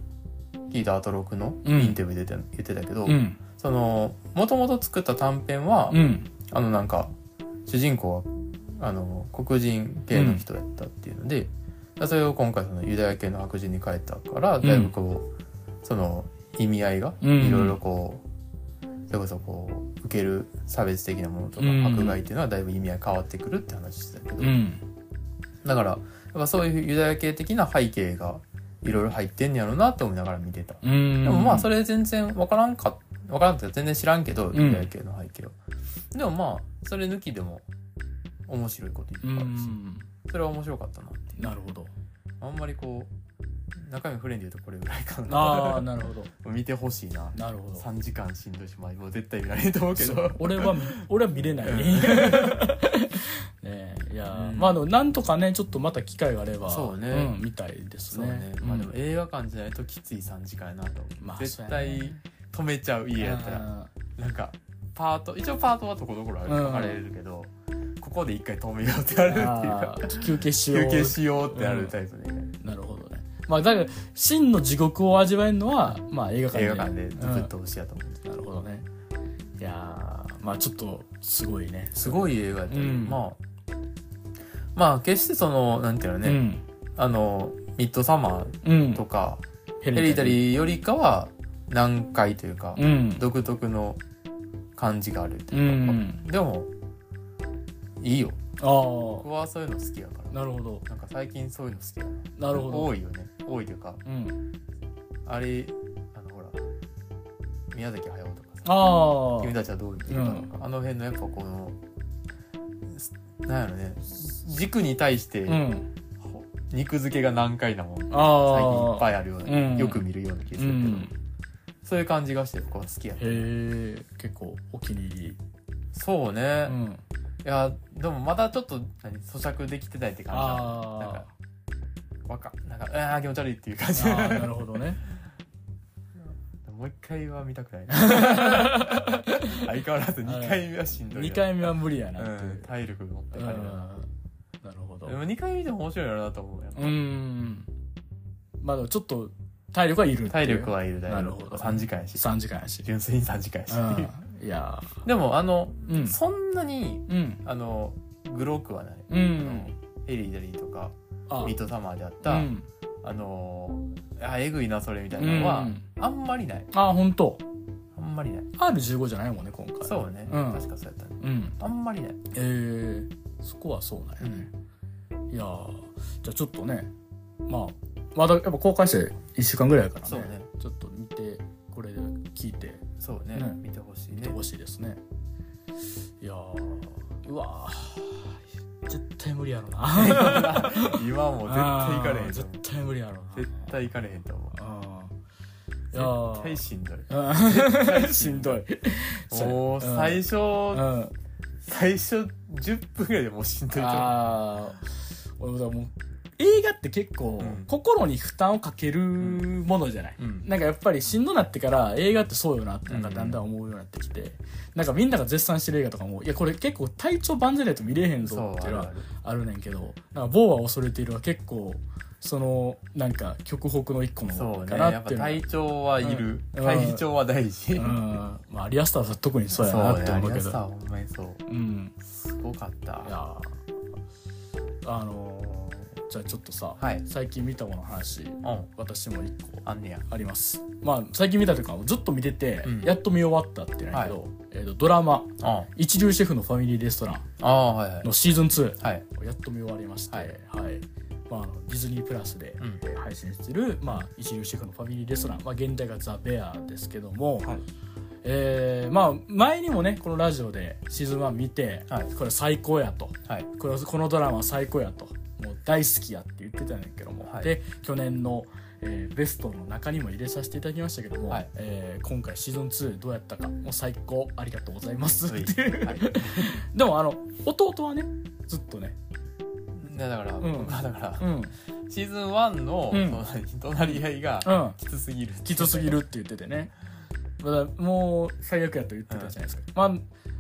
Speaker 2: 今日聞いたアトロクのインタビューで言って言ってたけど、
Speaker 1: うん
Speaker 2: そのもともと作った短編は、
Speaker 1: うん
Speaker 2: あのなんか主人公はあの黒人系の人やったっていうので、それを今回そのユダヤ系の白人に変えたからだいぶこう、その意味合いが
Speaker 1: うん
Speaker 2: いろいろこう、それこそこう受ける差別的なものとか
Speaker 1: うん
Speaker 2: 迫害っていうのはだいぶ意味合い変わってくるって話してたけど、
Speaker 1: うん
Speaker 2: だからやっぱそういうユダヤ系的な背景がいろいろ入ってんやろうなって思いながら見てた。
Speaker 1: うん
Speaker 2: でもまあそれ全然わからんかわからんっていうか全然知らんけど
Speaker 1: ん
Speaker 2: ユダヤ系の背景を、でもまあそれ抜きでも面白いこといっ
Speaker 1: う
Speaker 2: ぱいあるし、
Speaker 1: ん
Speaker 2: それは面白かったなって
Speaker 1: なるほど
Speaker 2: あんまりこう中身フレンで言うとこれぐらいか
Speaker 1: ああ
Speaker 2: な
Speaker 1: なるほど
Speaker 2: 見てほしいな
Speaker 1: なるほど
Speaker 2: 3時間しんどいしまあもう絶対見られると思うけ
Speaker 1: そ
Speaker 2: ど
Speaker 1: う俺は見俺は見れない ねいやー、
Speaker 2: うん
Speaker 1: まあでもなんとかねちょっとまた機会があれば
Speaker 2: そうね
Speaker 1: ん、みたいです
Speaker 2: そう
Speaker 1: ね
Speaker 2: ね、まあでも映画館じゃないときつい3時間やなと思う、
Speaker 1: まあ
Speaker 2: 絶
Speaker 1: そうや
Speaker 2: 対
Speaker 1: ね
Speaker 2: 止めちゃう家やったら
Speaker 1: ら
Speaker 2: なんかパート一応パートはとこどころある
Speaker 1: うん
Speaker 2: 書かれるけど、ここで一回止めようってなるっていうか
Speaker 1: 休憩しよう
Speaker 2: 休憩しようってなるタイプで、
Speaker 1: なるほどねまあだから真の地獄を味わえるのはまあ映画館で
Speaker 2: 映画館でず
Speaker 1: うん
Speaker 2: っとしやと思う、
Speaker 1: なるほどねいやーまあちょっとすごいね
Speaker 2: すごい映画やったよ
Speaker 1: うん
Speaker 2: まあまあ決してそのなんていうのね、
Speaker 1: うん、
Speaker 2: あのミッドサマ
Speaker 1: うん
Speaker 2: ーと、か、
Speaker 1: ヘ
Speaker 2: ヘリタリーよりかは難解というか、
Speaker 1: うん
Speaker 2: 独特の感じがあるって
Speaker 1: う
Speaker 2: い
Speaker 1: ん、う
Speaker 2: うか、
Speaker 1: ん、
Speaker 2: でもいいよ
Speaker 1: ああ
Speaker 2: 僕はそういうの好きやから
Speaker 1: なるほど
Speaker 2: なんか最近そういうの好きやな
Speaker 1: なるほど
Speaker 2: 多いよね多いというか
Speaker 1: うん
Speaker 2: あれあのほら宮崎駿とかさ
Speaker 1: ああ
Speaker 2: 君たちはどう生きるかとか、あの辺のやっぱこのすなんやろね軸に対して
Speaker 1: うん
Speaker 2: ほ肉付けが難解なもん最
Speaker 1: ああ
Speaker 2: 近いっぱいあるような、
Speaker 1: うん
Speaker 2: よく見るような気がする
Speaker 1: う
Speaker 2: けど、
Speaker 1: ん
Speaker 2: そういう感じがして僕は好きやね
Speaker 1: へえ結構お気に入り、
Speaker 2: そうね、
Speaker 1: う
Speaker 2: い
Speaker 1: ん、
Speaker 2: やでもまだちょっと何咀嚼できてないって感じだ
Speaker 1: あ
Speaker 2: なん
Speaker 1: ー
Speaker 2: かわかなんかあー気持ち悪いっていう感じ
Speaker 1: あーなるほどね
Speaker 2: もう一回は見たくな いな相変わらず2回目はしんどいな
Speaker 1: 2回目は無理やなって
Speaker 2: う
Speaker 1: い
Speaker 2: ん
Speaker 1: う、
Speaker 2: 体力持って
Speaker 1: うん
Speaker 2: かれるな
Speaker 1: なるほど
Speaker 2: でも2回見ても面白いなと思うやっぱ
Speaker 1: うんまあでもちょっと体力はいるっていう
Speaker 2: 体力はいるだ
Speaker 1: な
Speaker 2: よ
Speaker 1: るほど
Speaker 2: 3時間やし
Speaker 1: 3時間やし
Speaker 2: 純粋に3時間やし
Speaker 1: うんいや
Speaker 2: でもあの、
Speaker 1: ーうん
Speaker 2: そんなに
Speaker 1: うん
Speaker 2: あのグロくはない、
Speaker 1: う
Speaker 2: あの
Speaker 1: ん
Speaker 2: ヘリーデリーとか
Speaker 1: あ
Speaker 2: ミートサマーであった、
Speaker 1: うん
Speaker 2: あのあえぐいなそれみたいなのは、
Speaker 1: うん
Speaker 2: あんまりない
Speaker 1: あ本当
Speaker 2: あんまりない
Speaker 1: R15 じゃないもんね今回
Speaker 2: そうね、
Speaker 1: うん
Speaker 2: 確かそうやったね
Speaker 1: うん
Speaker 2: あんまりない、
Speaker 1: えー、そこはそうなんやね、いやーじゃあちょっとねまあまだやっぱ公開して1週間ぐらいやからね
Speaker 2: そうね
Speaker 1: ちょっと見てこれで聞いて
Speaker 2: そうね
Speaker 1: ね
Speaker 2: 見てほしい
Speaker 1: 見
Speaker 2: ね
Speaker 1: てほしいですねいやーうわー絶対無理やろな
Speaker 2: 今はもう 絶対行か
Speaker 1: あ
Speaker 2: れへ
Speaker 1: ー
Speaker 2: んと
Speaker 1: 絶
Speaker 2: 思う
Speaker 1: 対無理やろな
Speaker 2: 絶対行かれへんと思う
Speaker 1: あーいやー
Speaker 2: 絶対しんどい
Speaker 1: うん しんどい
Speaker 2: もう
Speaker 1: そう
Speaker 2: 最初、
Speaker 1: うん
Speaker 2: 最初10分ぐらいでもうしんどいと思う
Speaker 1: ああ俺ももう映画って結構、
Speaker 2: うん
Speaker 1: 心に負担をかけるものじゃない、
Speaker 2: うん
Speaker 1: なんかやっぱりしんどなってから映画ってそうよなってなんか
Speaker 2: うん
Speaker 1: だんだん思うようになってきて、なんかみんなが絶賛してる映画とかもいやこれ結構体調万全ないと見れへん
Speaker 2: そ
Speaker 1: ぞっ
Speaker 2: う
Speaker 1: て
Speaker 2: あ
Speaker 1: いうの
Speaker 2: る
Speaker 1: は
Speaker 2: ある
Speaker 1: あるねんけど「なんか某は恐れている」は結構そのなんか極北の一個
Speaker 2: そう
Speaker 1: の
Speaker 2: ね
Speaker 1: か
Speaker 2: や
Speaker 1: な
Speaker 2: っ
Speaker 1: っ
Speaker 2: ぱ
Speaker 1: ていうのは
Speaker 2: 体調はいる、
Speaker 1: うん
Speaker 2: 体調は大事、
Speaker 1: うんまあアリアスターは特にそうやな
Speaker 2: そう
Speaker 1: っ
Speaker 2: ね
Speaker 1: て
Speaker 2: あ
Speaker 1: 思
Speaker 2: り
Speaker 1: うけ
Speaker 2: がとう
Speaker 1: ど
Speaker 2: ほんまにそう
Speaker 1: うん
Speaker 2: すごかった
Speaker 1: いやーあのーじゃあちょっとさ、
Speaker 2: はい
Speaker 1: 最近見たものの話
Speaker 2: うん
Speaker 1: 私も一個
Speaker 2: あんねや
Speaker 1: ありますまあ最近見たというかずっと見てて、
Speaker 2: うん
Speaker 1: やっと見終わったってなんやけど、えーとドラマ
Speaker 2: うんあ
Speaker 1: 「一流シェフのファミリーレストラン
Speaker 2: あはいは」い
Speaker 1: のシーズン2
Speaker 2: はい
Speaker 1: をやっと見終わりまして、
Speaker 2: は
Speaker 1: はいいまあ、あのディズニープラスで、
Speaker 2: うん
Speaker 1: えー配信してる、まあ、一流シェフのファミリーレストラン、まあ、現代がザ・ベアですけども、
Speaker 2: はい
Speaker 1: えーまあ、前にもねこのラジオでシーズン1見て、
Speaker 2: はい
Speaker 1: これ最高やと
Speaker 2: はい
Speaker 1: これこのドラマは最高やともう大好きやって言ってたんだけども、
Speaker 2: はい
Speaker 1: で去年の、えーベストの中にも入れさせていただきましたけども、
Speaker 2: はい
Speaker 1: えー今回シーズン2どうやったかもう最高ありがとうございます
Speaker 2: は
Speaker 1: っ
Speaker 2: い
Speaker 1: ていう、
Speaker 2: はい
Speaker 1: でもあの弟はねずっとね
Speaker 2: だから、
Speaker 1: うん
Speaker 2: 僕はだから、
Speaker 1: うん、
Speaker 2: シーズン1の、
Speaker 1: うん
Speaker 2: その隣り合いが
Speaker 1: うん、
Speaker 2: きつすぎる
Speaker 1: きつすぎるって言っててねまだもう最悪やと言ってたじゃないですか、まあ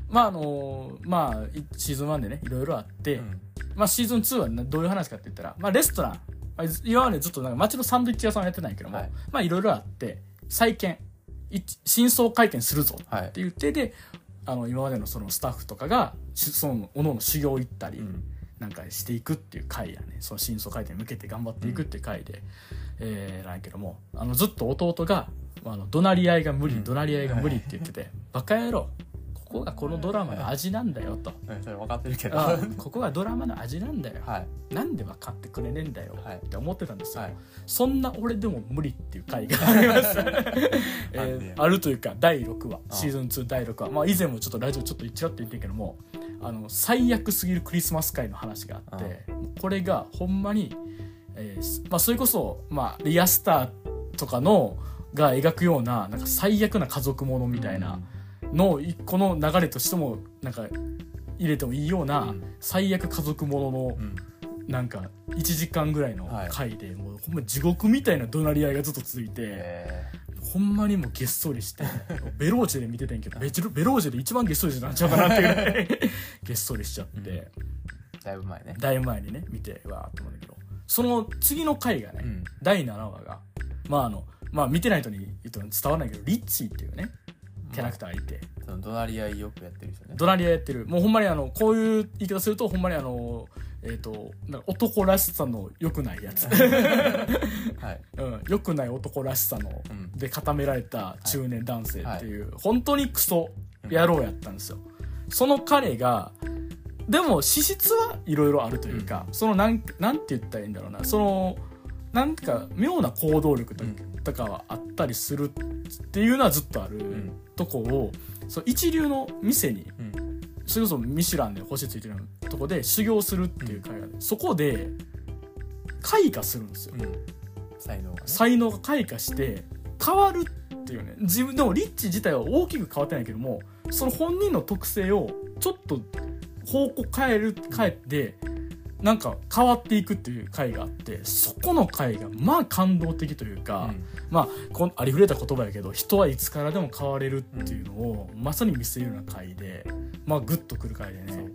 Speaker 1: まああのーまあいシーズン1でねいろいろあって、
Speaker 2: うん
Speaker 1: まあ、シーズン2はなどういう話かって言ったら、まあ、レストラン、まあ、今までずっとなんか街のサンドイッチ屋さんをやってないけども、
Speaker 2: はい
Speaker 1: まあいろいろあって再建い真相回転するぞっ
Speaker 2: はい
Speaker 1: て言ってであの今までのそのスタッフとかがしそのおのおの修行行ったり、
Speaker 2: うん
Speaker 1: なんかしていくっていう回やねその真相回転に向けて頑張っていくっていう回で、えーなんやけどもあのずっと弟が「あの怒鳴り合いが無理、
Speaker 2: うん
Speaker 1: 怒鳴り合いが無理」って言 ってて「バカ野郎ここがこのドラマの味なんだよ」と。
Speaker 2: うんそれ分かってるけどは
Speaker 1: あ
Speaker 2: い
Speaker 1: ここがドラマの味なんだよ、
Speaker 2: はい
Speaker 1: なんで分かってくれねえんだよ
Speaker 2: はい
Speaker 1: って思ってたんですよ、
Speaker 2: はい
Speaker 1: そんな俺でも無理っていう回がありま した、え
Speaker 2: なんでや
Speaker 1: ーあるというか第6話
Speaker 2: あ
Speaker 1: シーズン2第6話まあ以前もちょっとラジオちょっと一応って言ってるけどもあの最悪すぎるクリスマス会の話があってもうこれがほんまに、えーすまあ、それこそ、まあ、リアスターとかのが描くようななんか最悪な家族ものみたいな、の一個の流れとしてもなんか入れてもいいような、
Speaker 2: うん
Speaker 1: 最悪家族ものの
Speaker 2: うん
Speaker 1: なんか1時間ぐらいの
Speaker 2: はい
Speaker 1: 回で、もうほんま地獄みたいな怒鳴り合いがずっと続いて、
Speaker 2: え
Speaker 1: ほんまにもうげっそりして ベローチェで見てたんやけどベチロベローチェで一番げっそりしてなんちゃうかなってぐらい げっそりしちゃって、
Speaker 2: ーだいぶ前ね
Speaker 1: だいぶ前にね見てうわーって思うんだけどその次の回がね、
Speaker 2: うん
Speaker 1: 第7話がまああのまあ見てない人に言っても伝わらないけどリッチーっていうねキャラクターがいて、
Speaker 2: その隣り合いよくやってる人ね
Speaker 1: 怒鳴り合いやってるもうほんまにあのこういう言い方するとほんまにあのえっ、となんか男らしさの良くないやつ、
Speaker 2: はい
Speaker 1: うん、良くない男らしさの
Speaker 2: うん
Speaker 1: で固められた中年男性っていう、本当にクソ
Speaker 2: うん
Speaker 1: 野郎やったんですよ、その彼がでも資質はいろいろあるというか、そのなんなんて言ったらいいんだろうなそのなんか妙な行動力と,、
Speaker 2: うん
Speaker 1: とかはあったりするっていうのはずっとある
Speaker 2: ん
Speaker 1: とこを、そう一流の店に
Speaker 2: うん
Speaker 1: それこそミシュランで星ついてるようなとこで修行するっていう会があるそこで開花するんですよ、
Speaker 2: うん才能がね
Speaker 1: 才能が開花して変わるっていうね自分でもリッチ自体は大きく変わってないけどもその本人の特性をちょっと方向変える変えてなんか変わっていくっていう回があってそこの回がまあ感動的というか、
Speaker 2: うん
Speaker 1: まあこんありふれた言葉やけど人はいつからでも変われるっていうのをまさに見せるような回でまあグッとくる回で
Speaker 2: そう
Speaker 1: ね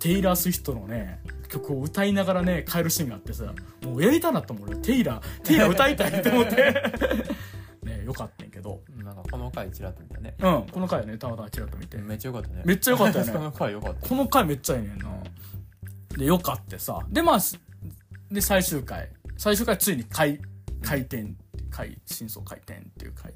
Speaker 1: テイラー・スウィフトのね曲を歌いながらね変えるシーンがあってさ もうやりたなったもん俺テイラーテイラー歌いたいって思ってねよかったんやけどど
Speaker 2: なんかこの回ちらっと見たね
Speaker 1: うんこの回ねたまたまちらっと見て
Speaker 2: めっちゃ良かったね
Speaker 1: めっちゃ良かったよ ね
Speaker 2: この回良かった
Speaker 1: この回めっちゃいいねんなでよかってさでまあすで最終回最終回ついに回回転回真相回転っていう回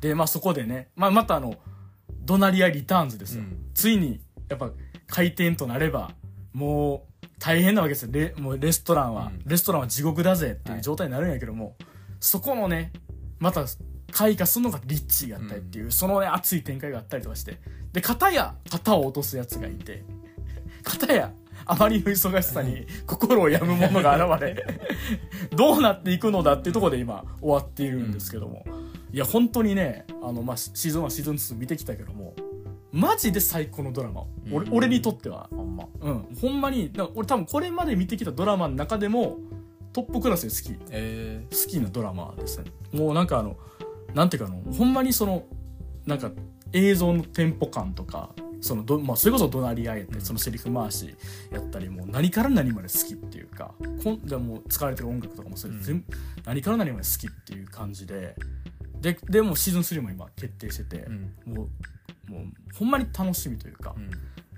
Speaker 1: ででまあそこでね、まあ、またあの「ドナリア・リターンズ」ですよ、
Speaker 2: うん
Speaker 1: ついにやっぱ回転となればもう大変なわけですよレもうレストランは、
Speaker 2: うん
Speaker 1: レストランは地獄だぜってい
Speaker 2: は
Speaker 1: う
Speaker 2: い
Speaker 1: 状態になるんやけども、そこのねまた開花するのがリッチーやったりっていう、そのね熱い展開があったりとかしてで片や肩を落とすやつがいて 片やあまりの忙しさに心を病む者が現れ どうなっていくのだっていうところで今終わっているんですけども、いや本当にねあの、まあ、シシーズン1シーズン2見てきたけどもマジで最高のドラマ、俺
Speaker 2: うん
Speaker 1: 俺にとっては、
Speaker 2: ほんま
Speaker 1: うん、ほんまにだから俺多分これまで見てきたドラマの中でもトップクラスで好き
Speaker 2: え
Speaker 1: 好きなドラマですねもうなんかあのなんていうかあのほんまにそのなんか映像のテンポ感とかそのど、まあ、それこそ怒鳴り合えて
Speaker 2: うん
Speaker 1: そのセリフ回しやったりもう何から何まで好きっていうかこんでもう使われてる音楽とかもそれ
Speaker 2: うん
Speaker 1: 全部、何から何まで好きっていう感じでででもうシーズン3も今決定してて
Speaker 2: ー、うん
Speaker 1: もうもうほんまに楽しみというか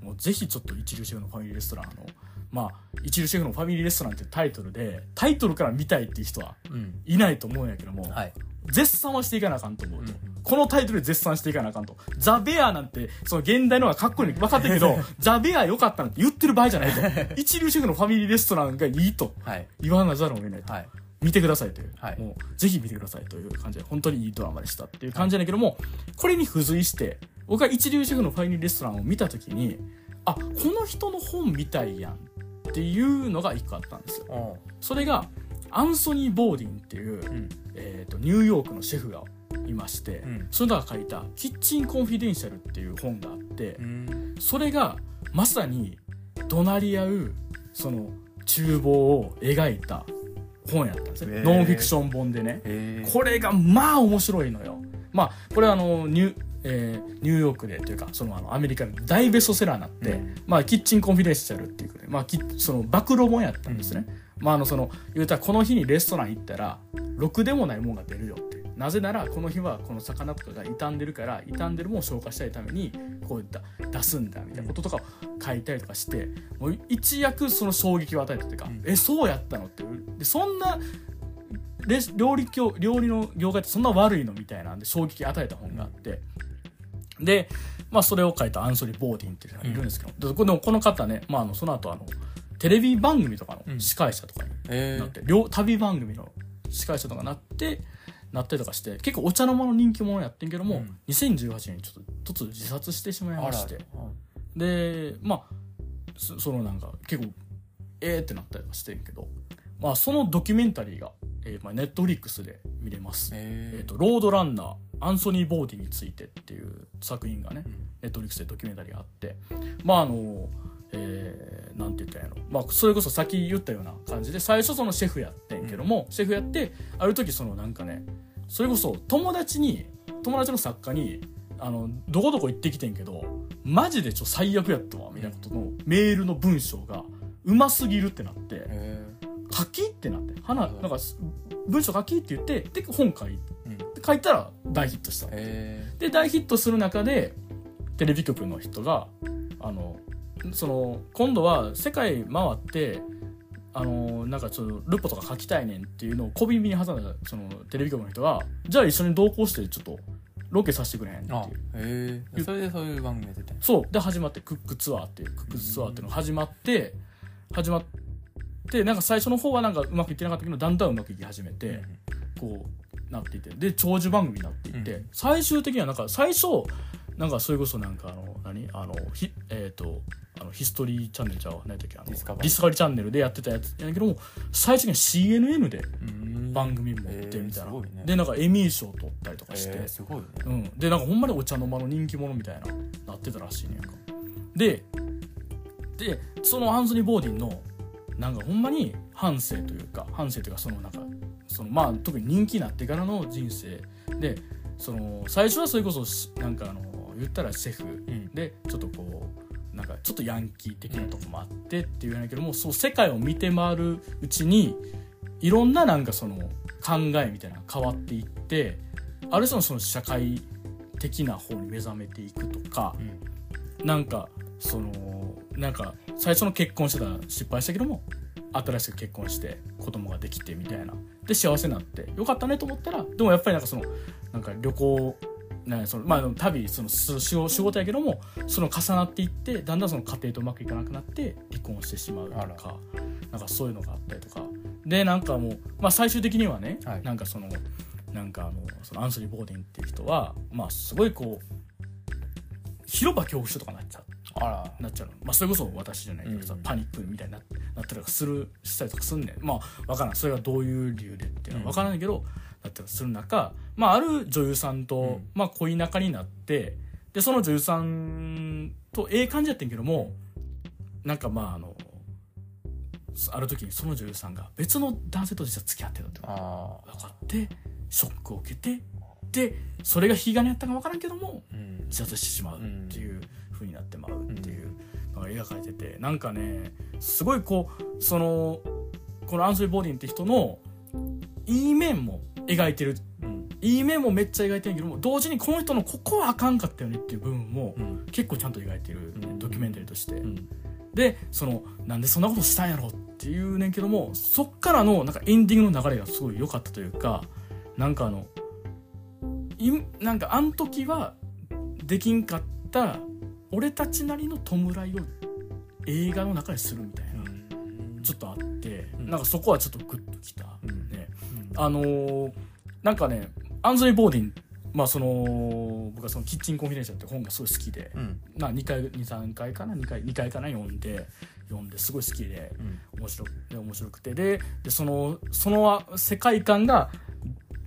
Speaker 2: う、ん
Speaker 1: もうぜひちょっと一流シェフのファミリーレストランのまあ一流シェフのファミリーレストランってタイトルでタイトルから見たいっていう人は
Speaker 2: うん
Speaker 1: いないと思うんやけども、
Speaker 2: はい
Speaker 1: 絶賛はしていかなあかんと思うと、
Speaker 2: うんうん
Speaker 1: このタイトルで絶賛していかなあかんとザ・ベアなんてその現代の方がかっこいいの分かってるけど ザ・ベア良かったなんて言ってる場合じゃないと一流シェフのファミリーレストランがいいと
Speaker 2: はい
Speaker 1: 言わなざるを得ないと、
Speaker 2: はい
Speaker 1: 見てくださいという、
Speaker 2: はい
Speaker 1: もうぜひ見てくださいという感じで本当にいいドラマでしたっていう感じだけどもこれに付随して僕が一流シェフのファミリーレストランを見た時にあこの人の本みたいやんっていうのが一個あったんですよ
Speaker 2: おう
Speaker 1: それがアンソニー・ボーディンっていう、
Speaker 2: うん
Speaker 1: えー、とニューヨークのシェフがいまして、
Speaker 2: うん
Speaker 1: その人が書いた「キッチン・コンフィデンシャル」っていう本があって
Speaker 2: う、ん
Speaker 1: それがまさに怒鳴り合うその厨房を描いた本やったんですね、
Speaker 2: へー
Speaker 1: ノンフィクション本でね
Speaker 2: えー
Speaker 1: これがまあ面白いのよまあこれはあのニュ,、えーニューヨークでというかそのあのアメリカで大ベストセラーになって、
Speaker 2: うん
Speaker 1: まあ、キッチンコンフィデンシャルっていうことで、まあ、きその暴露本やったんですね、まああのその言うたらこの日にレストラン行ったらろくでもないもんが出るよってなぜならこの日はこの魚とかが傷んでるから傷んでるもんを消化したいためにこういった出すんだみたいなこととかを書いたりとかしてもう一躍その衝撃を与えたというか、
Speaker 2: うん
Speaker 1: えそうやったのっていうでそんなレス料理教料理の業界ってそんな悪いのみたいなんで衝撃与えた本があって、で、まあ、それを書いたアンソニー・ボーディンっていうのがいるんですけど、でこでもこの方ね、まあ、あのその後あのテレビ番組とか
Speaker 2: う
Speaker 1: の
Speaker 2: ん
Speaker 1: 司会者とかに
Speaker 2: え
Speaker 1: なって、両旅番組の司会者とかなってなったりとかして結構お茶の間の人気者やってんけども、
Speaker 2: うん
Speaker 1: 2018年にちょっと突如自殺してしまい
Speaker 2: ーあ
Speaker 1: ま
Speaker 2: ら
Speaker 1: し
Speaker 2: あ
Speaker 1: て
Speaker 2: ら
Speaker 1: でまあそそのなんか結構えーってなったりはしてんけど、まあ、そのドキュメンタリーが、えーまあ、ネットフリックスで見れます、え
Speaker 2: え
Speaker 1: ー
Speaker 2: ー
Speaker 1: と「ロードランナーアンソニー・ボーディについて」っていう作品がね
Speaker 2: うん
Speaker 1: ネットフリックスでドキュメンタリーがあってまああの、えーなんて言ったらいいの、まあ、それこそ先言ったような感じで最初そのシェフやってんけども、シェフやってある時そのなんかねそれこそ友達に友達の作家にあのどこどこ行ってきてんけどマジでちょ最悪やったわみたいなことのメールの文章がうますぎるってなって
Speaker 2: えー
Speaker 1: 書きってなって花
Speaker 2: うん
Speaker 1: なんか文章書きって言ってで本書い
Speaker 2: うん
Speaker 1: 書いたら大ヒットしたっていう
Speaker 2: え
Speaker 1: で大ヒットする中でテレビ局の人があのその今度は世界回ってあのなんかちょっとルポとか書きたいねんっていうのを小耳に挟んだそのテレビ局の人がじゃあ一緒に同行してちょっとロケさせてくれへんってい
Speaker 2: ーあ
Speaker 1: う。
Speaker 2: えーそれでそういう番組やってたんや
Speaker 1: そうで始まってクックツアーっていうクックツアーっていうのが始まって始まってなんか最初の方はなんかうまくいってなかったけどだんだんうまくいき始めて、こうなっていてで長寿番組になっていって、
Speaker 2: うん
Speaker 1: 最終的にはなんか最初なんかそれこそなんかあの何あのひえっ、とあのヒストリーチャンネルちゃうわ何だっけあの
Speaker 2: ディスカバリー
Speaker 1: ディスカバリーチャンネルでやってたやつやねんけども最終的には CNN で
Speaker 2: うん
Speaker 1: 番組持ってみたいな、
Speaker 2: えーすごいね
Speaker 1: でなんかエミー賞取ったりとかして、
Speaker 2: えーすごいね
Speaker 1: うん、でなんかほんまにお茶の間の人気者みたいななってたらしいねんかででそのアンソニー・ボーディンのなんかほんまに半生というか半生というかそのなんかそのまあ特に人気になってからの人生でその最初はそれこそしなんかあの言ったらシェフ
Speaker 2: うん
Speaker 1: でちょっとこうなんかちょっとヤンキー的なとこもあってっていうんやけどもそう世界を見て回るうちにいろんななんかその考えみたいなのが変わっていってある種のその社会的な方に目覚めていくとか、なんかそのなんか最初の結婚してたら失敗したけども新しく結婚して子供ができてみたいなで幸せになってよかったねと思ったらでもやっぱりなんかそのなんか旅行ね、そのまあでも旅そのす仕事仕事やけどもその重なっていってだんだんその家庭とうまくいかなくなって離婚してしまうと
Speaker 2: あら
Speaker 1: かなんかそういうのがあったりとかでなんかもう、まあ、最終的にはね、
Speaker 2: はい
Speaker 1: なんかそのなんかあのそのアンソニー・ボーデンっていう人は、まあ、すごいこう広場恐怖症とかなっちゃう
Speaker 2: あら
Speaker 1: なっちゃうの、まあ、それこそ私じゃないけどさ、
Speaker 2: うん
Speaker 1: パニックみたいにななったりとかするしたりとかすんねんまあ分からんそれがどういう理由でっていうのは分からないけど、なったりする中、まあ、ある女優さんと、
Speaker 2: うん
Speaker 1: まあ、恋仲になってでその女優さんとええ感じやってんけどもなんかまああのある時にその女優さんが別の男性と実は付き合ってたってこと
Speaker 2: あ
Speaker 1: 分かってショックを受けてでそれが引き金やったか分からんけども
Speaker 2: ーうん
Speaker 1: 自殺してしまうっていう風になってまうっていうのが描かれててなんかねすごいこうそのこのアンソニー・ボーディンって人のいい面も描いてる
Speaker 2: うん
Speaker 1: いい面もめっちゃ描いてるけども同時にこの人のここはあかんかったよねっていう部分も
Speaker 2: うん
Speaker 1: 結構ちゃんと描いてる
Speaker 2: うん
Speaker 1: ドキュメンタリーとして
Speaker 2: うん
Speaker 1: でそのなんでそんなことしたんやろっていうねんけどもそっからのなんかエンディングの流れがすごい良かったというかなんかあのいなんかあん時はできんかった俺たちなりの弔いを映画の中でするみたいなちょっとあって、
Speaker 2: うん
Speaker 1: なんかそこはちょっとグッときた、
Speaker 2: うん
Speaker 1: ね
Speaker 2: うん
Speaker 1: あのーなんかねアンソニー・ボーディンまあその僕はその「キッチンコンフィデンシャル」って本がすごい好きで、
Speaker 2: うん
Speaker 1: まあ、2回23回かな2回二回かな読んで読んですごい好きで
Speaker 2: うん
Speaker 1: 面白くで面白くてででそのその世界観が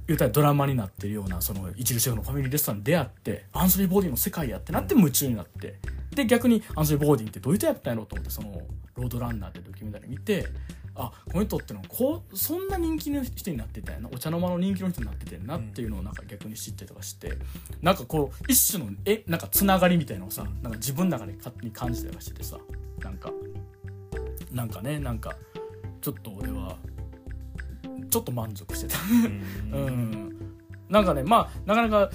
Speaker 1: 言うたらドラマになってるようなその一流シェフのファミリーレストランに出会ってアンソニー・ボーディンの世界やってなって夢中になってで逆にアンソニー・ボーディンってどういう人やったんやろうと思ってそのロードランナーってドキュメンタリー見てあこの人ってのはこうそんな人気の人になってたんやなお茶の間の人気の人になってたんやなっていうのをなんか逆に知ってとかしてなんかこう一種のえなんかつながりみたいなのをさなんか自分の中で勝手に感じたりとかしててさなんかなんかねなんかちょっと俺はちょっと満足 してた
Speaker 2: うん
Speaker 1: うん、なんかねまあなかなか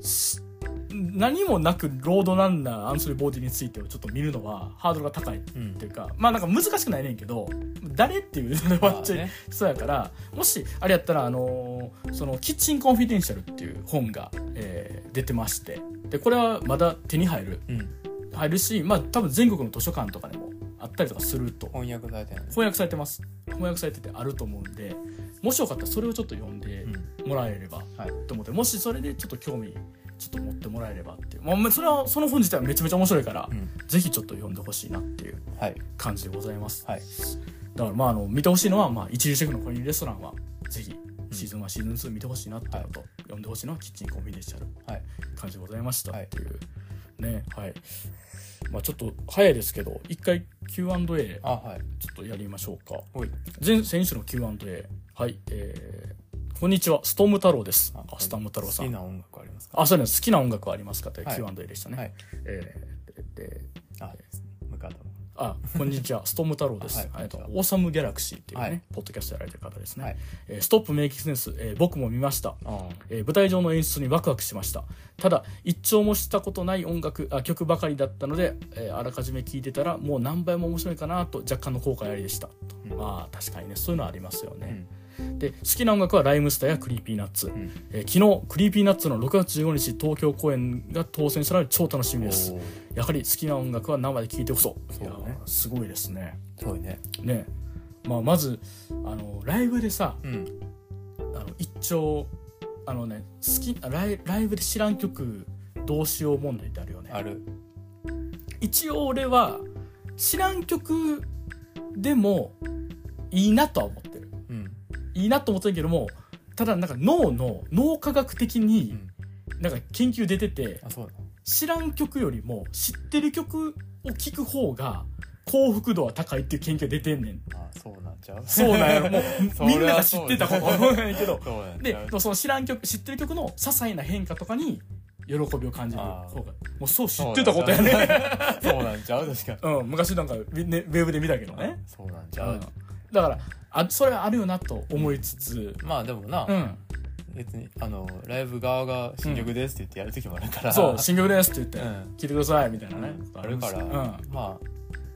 Speaker 1: す何もなくロードランナーアンソニー・ボーディについてをちょっと見るのはハードルが高いっ
Speaker 2: うん
Speaker 1: ていうかまあなんか難しくないねんけど誰っていうのが
Speaker 2: まあ
Speaker 1: っちゃ
Speaker 2: ね
Speaker 1: そうやからもしあれやったら、あのーその「キッチンコンフィデンシャル」っていう本が、えー出てましてでこれはまだ手に入る
Speaker 2: うん
Speaker 1: 入るしまあ多分全国の図書館とかでもあったりとかすると
Speaker 2: 翻訳されてない
Speaker 1: 翻訳されてます翻訳されててあると思うんでもしよかったらそれをちょっと読んで
Speaker 2: うん
Speaker 1: もらえれば
Speaker 2: はい
Speaker 1: と思ってもしそれでちょっと興味ちょっと持ってもらえればっていう、まあ、それはその本自体はめちゃめちゃ面白いから、
Speaker 2: うん
Speaker 1: ぜひちょっと読んでほしいなっていう
Speaker 2: はい
Speaker 1: 感じでございます
Speaker 2: はい
Speaker 1: だからまああの見てほしいのは、まあ、一流シェフのコリーレストランはぜひシーズン1、シーズン2見てほしいなっていうのと、読んでほしいのはキッチンコンフィデンシャル
Speaker 2: はい
Speaker 1: 感じでございました
Speaker 2: はい
Speaker 1: っていう、ねはいまあちょっと早いですけど一回 Q&A
Speaker 2: あはい
Speaker 1: ちょっとやりましょうか
Speaker 2: ほい
Speaker 1: 前選手の Q&A はいえー、こんにちはストーム太郎ですあスタム太郎さ
Speaker 2: 好き
Speaker 1: ん
Speaker 2: な音楽ありますか
Speaker 1: あそうです好きな音楽はありますかという
Speaker 2: はい
Speaker 1: Q&A でしたね、
Speaker 2: はい
Speaker 1: えーでで
Speaker 2: あ向かった
Speaker 1: あこんにちは ストーム太郎です、
Speaker 2: はい
Speaker 1: えっとオーサムギャラクシーっていうね、
Speaker 2: はい
Speaker 1: ポッドキャストやられてる方ですね、
Speaker 2: はい
Speaker 1: えーストップメイキセンス、えー僕も見ました
Speaker 2: あ
Speaker 1: えー舞台上の演出にワクワクしましたただ一聴もしたことない音楽あ曲ばかりだったので、えーあらかじめ聴いてたらもう何倍も面白いかなと若干の後悔ありでした、
Speaker 2: うん
Speaker 1: まあ確かにねそういうのはありますよ
Speaker 2: う
Speaker 1: ね、
Speaker 2: ん
Speaker 1: で好きな音楽はライムスターやクリーピーナッツ、
Speaker 2: ん
Speaker 1: えー昨日クリーピーナッツの6月15日東京公演が当選したので超楽しみです
Speaker 2: おー
Speaker 1: やはり好きな音楽は生で聴いてこそ
Speaker 2: そうだ
Speaker 1: い
Speaker 2: ね
Speaker 1: やーすごいですね
Speaker 2: すごいね
Speaker 1: ねまあ、まずあのライブでさ、
Speaker 2: うん
Speaker 1: あの一丁あのね好きあライライブで知らん曲どうしよう問題ってあるよね
Speaker 2: ある
Speaker 1: 一応俺は知らん曲でもいいなとは思ってる
Speaker 2: うん
Speaker 1: いいなと思ってるけどもただなんか脳の脳科学的
Speaker 2: う
Speaker 1: に
Speaker 2: ん
Speaker 1: なんか研究出てて
Speaker 2: あそうだ
Speaker 1: 知らん曲よりも知ってる曲を聴く方が幸福度は高いっていう研究が出てんねん
Speaker 2: あそうなんちゃう
Speaker 1: そうなんや ろも
Speaker 2: そうれ
Speaker 1: み
Speaker 2: は
Speaker 1: んなが知ってたこと
Speaker 2: そう
Speaker 1: なんやけ ど
Speaker 2: そうなんち
Speaker 1: で
Speaker 2: ゃう
Speaker 1: その知らん曲知ってる曲の些細な変化とかに喜びを感じる
Speaker 2: あー
Speaker 1: 方がもうそう知ってたことやね
Speaker 2: そうなんちゃう確かに
Speaker 1: うん昔なんかウェ,、ね、ウェブで見たけどね、
Speaker 2: そうなん
Speaker 1: う
Speaker 2: ちゃ
Speaker 1: ん
Speaker 2: う、
Speaker 1: だからあそれはあるよなと思いつつ
Speaker 2: まあでもな、
Speaker 1: うん、
Speaker 2: 別にあのライブ側が「新曲です」って言ってやる時もあるから、
Speaker 1: そう「新曲です」って言って「
Speaker 2: うん
Speaker 1: 聴いてください」みたいなね
Speaker 2: あるから、
Speaker 1: う
Speaker 2: まあ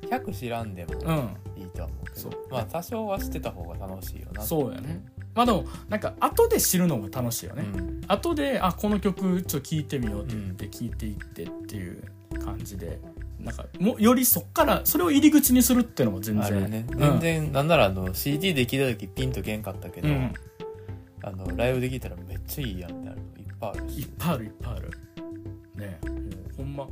Speaker 2: 100知らんでも
Speaker 1: んうん
Speaker 2: いいとは思うけど、
Speaker 1: そう
Speaker 2: まあ多少は知ってた方が楽しいよな
Speaker 1: そうやねまあでもなんか後で知るのが楽しいよね、
Speaker 2: うん
Speaker 1: 後であこの曲ちょっと聴いてみようって言って聴いていってっていう感じでなんかもよりそっからそれを入り口にするっていうのも全
Speaker 2: あれ
Speaker 1: 然
Speaker 2: ね
Speaker 1: うん
Speaker 2: 全然、なんならあの CD で聞いた時ピンとけんかったけど、
Speaker 1: うん
Speaker 2: あのライブで聞いたらめっちゃいいやんってあるのいっぱいある
Speaker 1: いっ
Speaker 2: し
Speaker 1: ぱいあるいっぱいあるねえもうほんま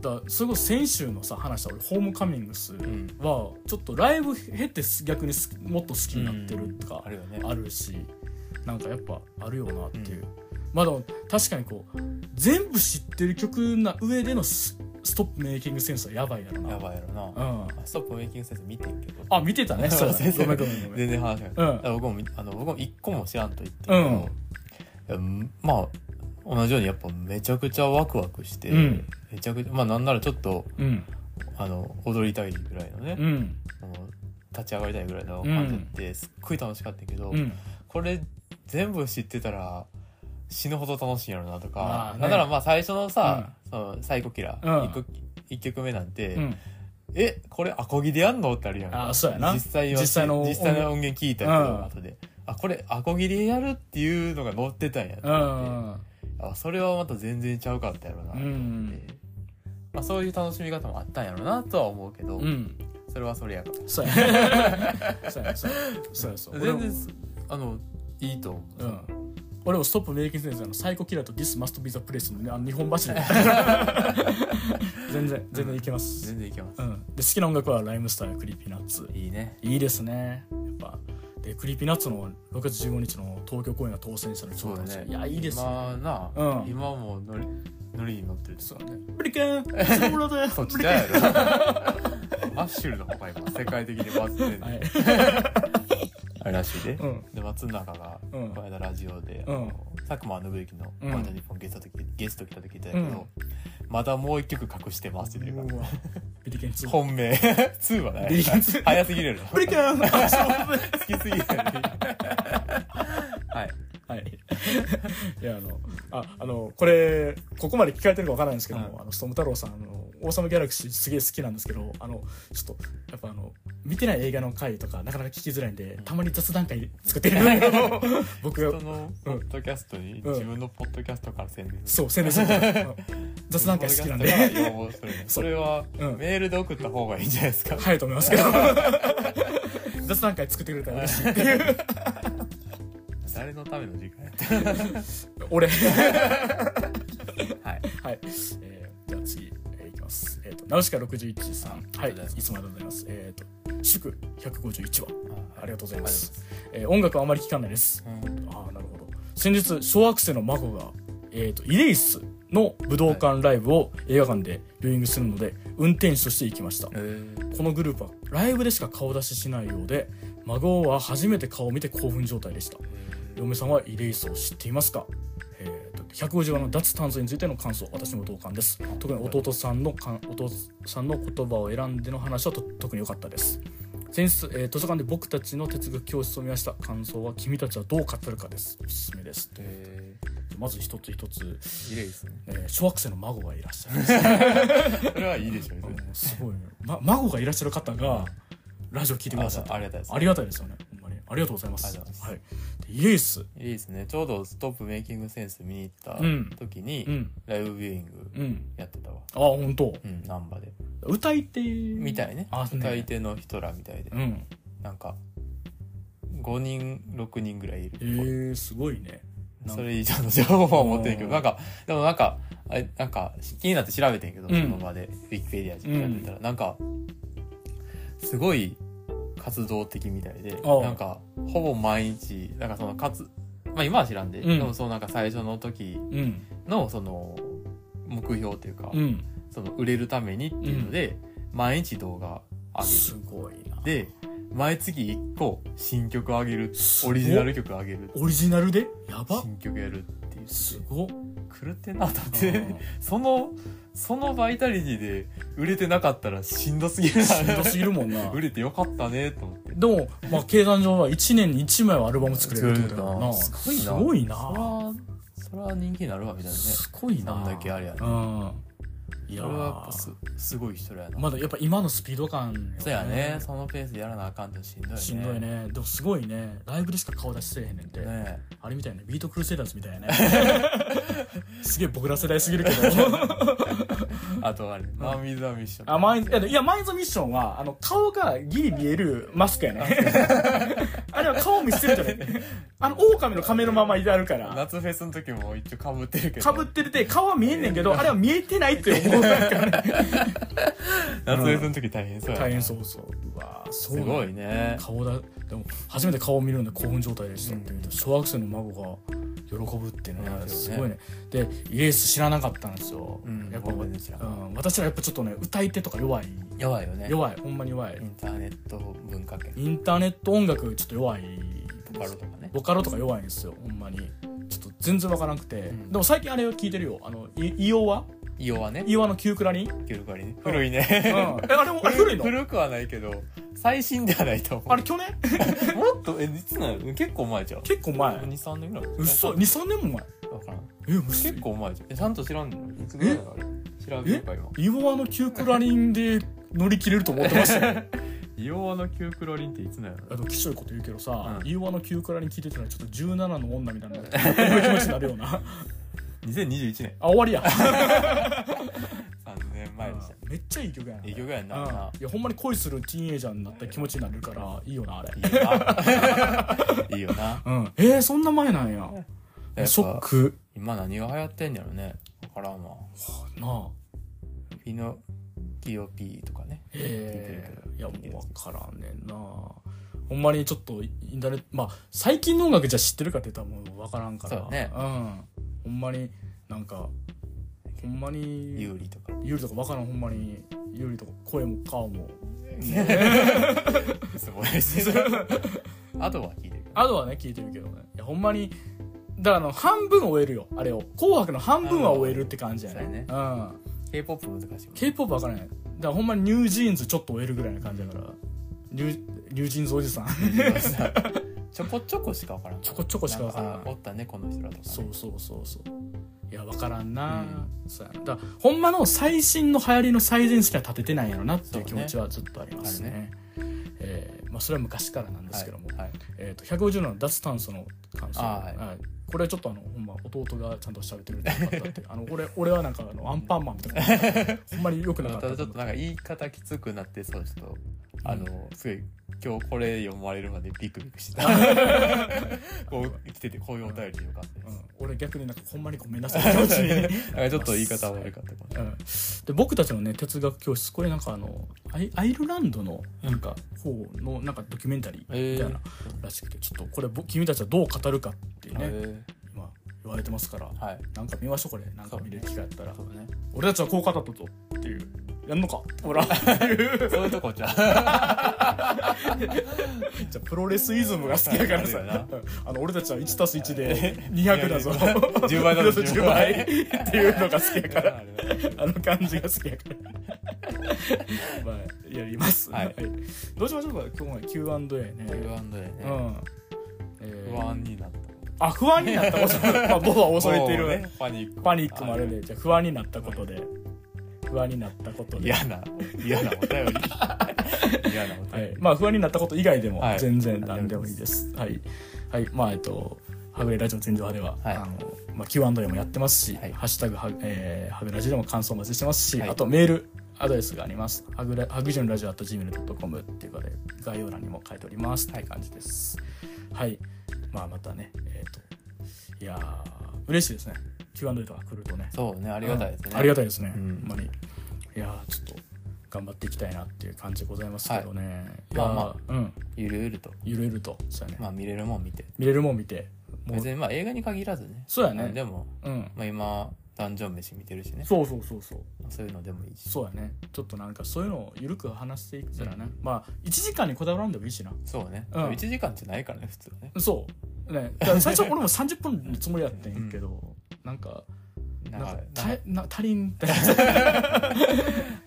Speaker 1: だそれこそ先週のさ話した俺ホームカミングス
Speaker 2: うん
Speaker 1: はちょっとライブ経て逆にすもっと好きになってるとか
Speaker 2: あるよね
Speaker 1: あるしなんかやっぱあるよなっていう、まあでも確かにこう全部知ってる曲な上でのスストップメイキングセンスはやばいやろな
Speaker 2: やばいやろな、
Speaker 1: うん、
Speaker 2: あストップメイキング先生見てんけど
Speaker 1: あ見て たねそうだね
Speaker 2: 先生
Speaker 1: ごめんごめんごめん
Speaker 2: 全然話がない、
Speaker 1: うん
Speaker 2: だから僕もみあの僕も一個も知らんと言ってんけど、いやまあ同じようにやっぱめちゃくちゃワクワクして、
Speaker 1: うん
Speaker 2: めちゃくちゃまあなんならちょっと
Speaker 1: うん
Speaker 2: あの踊りたいぐらいのね、
Speaker 1: うん
Speaker 2: もう立ち上がりたいぐらいの感じってすっごい楽しかったけど、
Speaker 1: うん
Speaker 2: これ全部知ってたら死ぬほど楽しいんやろなと
Speaker 1: ま
Speaker 2: か、
Speaker 1: あね
Speaker 2: だからまあ最初のさ「そのサイコキラ
Speaker 1: うん
Speaker 2: ー」一曲一曲目なんて、
Speaker 1: うん
Speaker 2: えこれアコギでやんのってあるやんか
Speaker 1: あそうやな
Speaker 2: 実際は
Speaker 1: 実際の
Speaker 2: 実際の音源聞いたけど、
Speaker 1: うん
Speaker 2: 後であこれアコギでやるっていうのが載ってたんやと
Speaker 1: う
Speaker 2: 思って
Speaker 1: ん
Speaker 2: あそれはまた全然ちゃうかったやろなと
Speaker 1: う
Speaker 2: 思って、
Speaker 1: ん
Speaker 2: まあ、そういう楽しみ方もあったんやろなとは思うけど、
Speaker 1: うん
Speaker 2: それはそれやから
Speaker 1: そうやそうやそうやそうやそう俺
Speaker 2: 全
Speaker 1: も
Speaker 2: 然あのいいと思う、
Speaker 1: うん俺もストップメイキングセンスのサイコキラーと This must be the place のねあの日本柱 だったから全然全然いけます、
Speaker 2: 全然いけます、
Speaker 1: うん、で好きな音楽はライムスターやクリーピーナッツ
Speaker 2: いいね
Speaker 1: いいですねやっぱでクリーピーナッツの6月15日の東京公演が当選したのに
Speaker 2: そうだね
Speaker 1: いやいいですね
Speaker 2: 今な、
Speaker 1: うん
Speaker 2: 今もうノリノリに乗ってる
Speaker 1: そうねブリケンソロだよ
Speaker 2: そっちだやろ マッシュルの方が今世界的にバズってる、
Speaker 1: はい
Speaker 2: あれらしいで、
Speaker 1: うん
Speaker 2: で松永が
Speaker 1: うん
Speaker 2: この間ラジオで、
Speaker 1: うん
Speaker 2: あ の佐久間信之の「
Speaker 1: うん
Speaker 2: ワンダ日本ゲスト」ゲスト来た時言ってたけど、まだもう一曲隠してますって言 ってる
Speaker 1: う
Speaker 2: か
Speaker 1: わビリケン2
Speaker 2: ら本命 2はない
Speaker 1: ビリケン2
Speaker 2: 早すぎるよ
Speaker 1: ブリケンは
Speaker 2: 好きすぎるよはい
Speaker 1: いいやあのああのこれここまで聞かれてるかわからないんですけども、
Speaker 2: うん
Speaker 1: あのストーム太郎さんあの「王様ギャラクシー」すげえ好きなんですけどあのちょっとやっぱあの見てない映画の回とかなかなか聞きづらいんでたまに雑談会作ってるんだけど 僕
Speaker 2: 人
Speaker 1: が
Speaker 2: のポッドキャストに自分のポッドキャストから宣伝す
Speaker 1: そ
Speaker 2: る
Speaker 1: う宣伝するからうん雑談会好きなん
Speaker 2: ポッド
Speaker 1: で
Speaker 2: キャストが要望するねそれは
Speaker 1: うん
Speaker 2: メールで送った方がいいんじゃないですか
Speaker 1: 早いと思いますけど 雑談会作ってくれたら嬉しいっていう
Speaker 2: 誰のための時間やっ
Speaker 1: 俺
Speaker 2: たはい
Speaker 1: はい、えー、じゃあ次、えーいきます。えっ、と、ナウシカ61さん、は
Speaker 2: あ
Speaker 1: い、
Speaker 2: りがとうございます
Speaker 1: いつもありがとうございます。えっ、と、祝151話、ありがとうございます
Speaker 2: あ。
Speaker 1: えー音楽はあまり聞かないです。
Speaker 2: りがとうございます
Speaker 1: ああ、なるほど。先日、小学生の孫が、えっ、と、イレイスの武道館ライブを映画館でビューイングするので、運転手として行きました。
Speaker 2: うんえー
Speaker 1: このグループはライブでしか顔出ししないようで、孫は初めて顔を見て興奮状態でした。嫁さんはイレイスを知っていますか、えー、と150話の脱炭素についての感想私も同感です特に弟さんのかん弟さんの言葉を選んでの話はと特に良かったです先日、えー図書館で僕たちの哲学教室を見ました感想は君たちはどう語るかですおすすめです
Speaker 2: え
Speaker 1: まず一つ一つ、
Speaker 2: ー、いいですね
Speaker 1: えー小学生の孫がいらっしゃる
Speaker 2: それはいいでしょ別に
Speaker 1: うんすごい、ねま、孫がいらっしゃる方がラジオ聞いてくださって
Speaker 2: あありがたいです
Speaker 1: ありがたいですよねほんまにありがとうございます
Speaker 2: ありがとうござ
Speaker 1: はい、でイエス
Speaker 2: いいですねちょうど「ストップメイキングセンス」見に行った
Speaker 1: うん
Speaker 2: 時に、
Speaker 1: うん
Speaker 2: ライブビューイング
Speaker 1: うん
Speaker 2: やってたわ
Speaker 1: あ本当
Speaker 2: うん難波で
Speaker 1: 歌い手
Speaker 2: みたいね
Speaker 1: あね
Speaker 2: 歌い手の人らみたいで、
Speaker 1: うん
Speaker 2: なんか5人6人ぐらいいるっ
Speaker 1: え
Speaker 2: ぽい、
Speaker 1: ー、すごいねなん
Speaker 2: そ
Speaker 1: か
Speaker 2: れ以上の情報は持ってんけ
Speaker 1: う
Speaker 2: ど
Speaker 1: ん
Speaker 2: なんかでもなんかあれなんか気になって調べてんけど、
Speaker 1: うん
Speaker 2: その場でウィキペディアで調べたら、なんかすごい活動的みたいで
Speaker 1: ああ
Speaker 2: なんかほぼ毎日なんかそのかつまあ今は知らんで、
Speaker 1: うん
Speaker 2: でもそのなんか最初の時
Speaker 1: うん
Speaker 2: のその目標っていうか、
Speaker 1: うん
Speaker 2: その売れるためにっていうので、毎日動画上げ
Speaker 1: すごいな
Speaker 2: てで毎月1個新曲上げる
Speaker 1: すご
Speaker 2: オリジナル曲上げる
Speaker 1: オリジナルでやば
Speaker 2: 新曲やるっていう
Speaker 1: すごっ
Speaker 2: 狂ってんなだってそのそのバイタリティで売れてなかったらしんどすぎるな
Speaker 1: しんどすぎるもん な
Speaker 2: 売れてよかったねと思って
Speaker 1: でも、まあ、計算上は1年に1枚はアルバム作れるってことだもんな
Speaker 2: すごいな
Speaker 1: すごいな
Speaker 2: そらそら人気になるわみたいなね
Speaker 1: すごいな
Speaker 2: なんだっけあれやね
Speaker 1: うんいや
Speaker 2: それはやっぱ
Speaker 1: ー
Speaker 2: すすごい人らやな、
Speaker 1: まだやっぱ今のスピード感よね
Speaker 2: そうやねそのペースでやらなあかんってしんどいね
Speaker 1: しんどいねでもすごいねライブでしか顔出してへんねんて、
Speaker 2: ね
Speaker 1: あれみたいねビートクルセイダーズみたいやね すげえ僕ら世代すぎるけど
Speaker 2: あとあれマン・ウィズ・ア・ミッション
Speaker 1: あマインいやいやマインズミッションはあの顔がギリ見えるマスク やねあれは顔見せるじゃないあの狼の亀のままいてあるから
Speaker 2: 夏フェスの時も一応かぶってるけど
Speaker 1: かぶってるて顔は見えんねんけどあれは見えてないって 思うからね
Speaker 2: 夏フェスの時大変そうやな
Speaker 1: 大変そうそううわーそう
Speaker 2: す
Speaker 1: なんだ
Speaker 2: ごいね
Speaker 1: 顔だでも初めて顔を見るんで興奮状態でしたって、小学生の孫が喜ぶっていうの
Speaker 2: う
Speaker 1: が
Speaker 2: ん
Speaker 1: すごいねでイエース知らなかったんですよ、
Speaker 2: うん
Speaker 1: やっぱ、
Speaker 2: 僕
Speaker 1: う、
Speaker 2: も知らなん
Speaker 1: 私らやっぱちょっとね歌い手とか弱い
Speaker 2: やばいよね
Speaker 1: 弱いほんまに弱い、
Speaker 2: インターネット文化圏
Speaker 1: インターネット音楽ちょっと弱い
Speaker 2: ボカロとかね
Speaker 1: ボカロとか弱いんですよほんまにちょっと全然わからなくて、
Speaker 2: ん
Speaker 1: でも最近あれを聞いてるよあのいイオワ
Speaker 2: イオはね
Speaker 1: イオワのキュークラリン、うん、
Speaker 2: キュルカリね古いね
Speaker 1: えあれもあれ古いの
Speaker 2: 古くはないけど最新ではないと思う
Speaker 1: あれ去年
Speaker 2: もっとえいつなの結構前じゃん
Speaker 1: 結構前
Speaker 2: 23年ぐらい
Speaker 1: 嘘23年も前
Speaker 2: わからん
Speaker 1: え嘘
Speaker 2: 結構前じゃんえちゃんと知らんのいつぐらいだあれ調べるか今
Speaker 1: イオワのキュークラリンで乗り切れると思ってました よ
Speaker 2: イオワのキュークロリンっていつなの
Speaker 1: あのきしょいこと言うけどさ、
Speaker 2: うん
Speaker 1: イオワのキュークラリン聞いてたらちょっと17の女みたいなこういう気持ちになるような
Speaker 2: 2021年
Speaker 1: あ終わりや
Speaker 2: 3年前でした
Speaker 1: めっちゃいい曲やない
Speaker 2: い曲やんな
Speaker 1: うん
Speaker 2: ない
Speaker 1: やほんまに恋するティーンエイジャーになった気持ちになるからいいよなあれ
Speaker 2: いいよないいよな
Speaker 1: うんえー、そんな前なんや
Speaker 2: やっ
Speaker 1: ショッ
Speaker 2: ぱ
Speaker 1: ク
Speaker 2: 今何が流行ってんやろねわからんわ
Speaker 1: なあ
Speaker 2: フィノキオピーとかね
Speaker 1: え
Speaker 2: 聞いてる
Speaker 1: ー、い
Speaker 2: け
Speaker 1: や
Speaker 2: ど
Speaker 1: もう分からんねんなほんまにちょっとインターネットまあ最近の音楽じゃ知ってるかって言ったらもう分からんから
Speaker 2: そうね
Speaker 1: うんほんまになんかほんまに
Speaker 2: ユーリとか
Speaker 1: ゆりとか分からんほんまにゆりとか声も顔も
Speaker 2: すごいしあとは聞いてる
Speaker 1: あとはね聞いてるけどねいやほんまにだからあの半分終えるよあれを「紅白」の半分は終えるって感じやね
Speaker 2: そうやね
Speaker 1: うん
Speaker 2: K-POP 難しいもん
Speaker 1: k p o p 分からないだからほんまにニュージーンズちょっと終えるぐらいな感じやからニューニュージーンズおじさん
Speaker 2: ちょこちょこしかわからん
Speaker 1: ちょこちょこしか分から
Speaker 2: なん
Speaker 1: ん
Speaker 2: おったねこの人らとかね
Speaker 1: そうそうそうそういや分からんな、そうやなだからほんまの最新の流行りの最前線は立ててないんやろなっていう気持ちはずっとありますね
Speaker 2: そう
Speaker 1: えーまあ、それは昔からなんですけども、
Speaker 2: はいはい
Speaker 1: えー、と150の脱炭素の感想、
Speaker 2: あーは
Speaker 1: はいこれはちょっとあのほんま弟がちゃんと喋ってるんじゃなかった っていうあの俺俺はなんかあのアンパンマンみたい なほんまによくなかった
Speaker 2: ただちょっと
Speaker 1: と
Speaker 2: なんか言い方きつくなってそうちょっとあのすごい今日これ読まれるまでビクビク してたこう来ててこういうお便りでよかったで
Speaker 1: う
Speaker 2: す
Speaker 1: ん、俺逆になんかほんまにごめんなさいって気持ち に、
Speaker 2: なんかちょっと言い方悪かったかもしれ
Speaker 1: うん、で僕たちのね哲学教室これなんかあのアイアイルランドのなんか方のなんかドキュメンタリーみたいならしくてちょっとこれぼ君たちはどう語るかっていう
Speaker 2: な
Speaker 1: ね、
Speaker 2: いね
Speaker 1: 今言われてますから
Speaker 2: はい
Speaker 1: なんか見ましょうこれなんか見る機会あったら
Speaker 2: そうだね
Speaker 1: 俺たちはこう語ったとっていうやんの かほらっていう
Speaker 2: そういうとこじゃ
Speaker 1: じゃあプロレスイズムが好きやから
Speaker 2: そうやな
Speaker 1: さ あの俺たちは 1+1 で200だ ぞ
Speaker 2: 10倍だぞ
Speaker 1: 10倍っていうのが好きや からあの感じが好きやからまあやります、
Speaker 2: はい
Speaker 1: どうしましょうか今日は Q&A ね
Speaker 2: Q&A ね
Speaker 1: うんえー
Speaker 2: 不安になった
Speaker 1: あ不安になったこと まあ僕は恐れている、
Speaker 2: もうねパニック
Speaker 1: パニックもあるでじゃあ不安になったことで、不安になったことで
Speaker 2: 嫌な嫌なお 便り嫌なお
Speaker 1: はい
Speaker 2: 便、り
Speaker 1: まあ不安になったこと以外でも
Speaker 2: はい
Speaker 1: 全然何でもいいです。はい、はい、まあえっとハグレラジオ全上派では、
Speaker 2: はい
Speaker 1: あのまあ Q&A もやってますし、
Speaker 2: はい
Speaker 1: ハッシュタグハ,、えーハグラジでも感想お待ちしてますし、
Speaker 2: はい
Speaker 1: あとメールアドレスがあります。ハグラハグジョンラジオアット gmail.com っていうかで概要欄にも書いております。という感じです。はい、まあまたねえっ、といやー嬉しいですね。Q&A とか来るとね。
Speaker 2: そうねありがたいですね
Speaker 1: うんありがたいですね、
Speaker 2: うん
Speaker 1: ほんまにいやーちょっと頑張っていきたいなっていう感じでございますけどね、い、
Speaker 2: ま
Speaker 1: や
Speaker 2: あま
Speaker 1: あ、うん
Speaker 2: ゆるゆると
Speaker 1: ゆるゆるとそうやね、
Speaker 2: まあ見れるもん見て
Speaker 1: 見れるもん見てもう
Speaker 2: 別にまあ映画に限らずね
Speaker 1: そうやね
Speaker 2: んでも、
Speaker 1: うん
Speaker 2: まあ、今誕生飯見てるしね
Speaker 1: そうそうそうそう
Speaker 2: そういうのでもいいし
Speaker 1: そうやねちょっとなんかそういうのをゆるく話していくたらね、まあ1時間にこだわらんでもいいしな
Speaker 2: そうね、
Speaker 1: うん
Speaker 2: 1時間じゃないからね普通はね
Speaker 1: そうねだから最初俺も30分のつもりやったんやけど、なんか
Speaker 2: な
Speaker 1: なんん
Speaker 2: か
Speaker 1: か
Speaker 2: な
Speaker 1: たな足りん
Speaker 2: は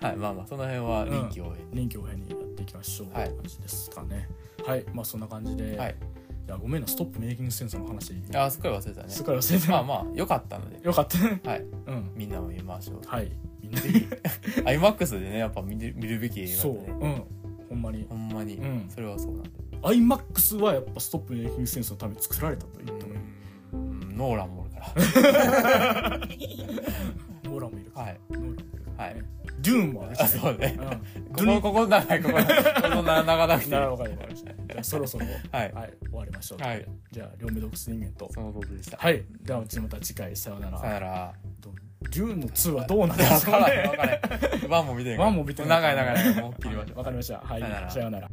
Speaker 2: いまあまあその辺は臨機応変に、
Speaker 1: 臨機応変にやっていきましょう、
Speaker 2: はい
Speaker 1: 感じですかねはいまあそんな感じで、
Speaker 2: はいい、
Speaker 1: やごめんなストップメイキングセンサーの話
Speaker 2: あーすっかり忘れてたね
Speaker 1: すっかり忘れて
Speaker 2: ま
Speaker 1: ま
Speaker 2: あまあ良かったので
Speaker 1: よかったね
Speaker 2: はい
Speaker 1: うん
Speaker 2: みんなも見ましょう
Speaker 1: はいみんな
Speaker 2: ぜひ iMAX でねやっぱ見る見るべき映画
Speaker 1: そう
Speaker 2: だね
Speaker 1: うんほんまに
Speaker 2: ほんまに、
Speaker 1: うん
Speaker 2: それはそうなんだよ
Speaker 1: iMAX はやっぱストップメイキングセンサーのために作られたと言ってもいい、
Speaker 2: うんノーランもおるから
Speaker 1: ノーランもいるからノーランもいるか
Speaker 2: はい
Speaker 1: らね
Speaker 2: はい
Speaker 1: デューンもあるし
Speaker 2: あそうね
Speaker 1: うん
Speaker 2: ここここ長いここここ長なくて
Speaker 1: なるほどわかりましたじゃあそろそろ、
Speaker 2: はい
Speaker 1: はい、終わりましょう、
Speaker 2: はい
Speaker 1: じゃあ両目洞窟人間と
Speaker 2: そのことでした
Speaker 1: はいではうちまた次回さようなら
Speaker 2: さよなら
Speaker 1: どうデューンの2はどうなんで
Speaker 2: 分
Speaker 1: すか
Speaker 2: か
Speaker 1: ね
Speaker 2: らへん分からへんワンも見てん
Speaker 1: ワンも見てない
Speaker 2: 長い長いもう切りましょう
Speaker 1: わかりましたは
Speaker 2: さよなら
Speaker 1: いさようなら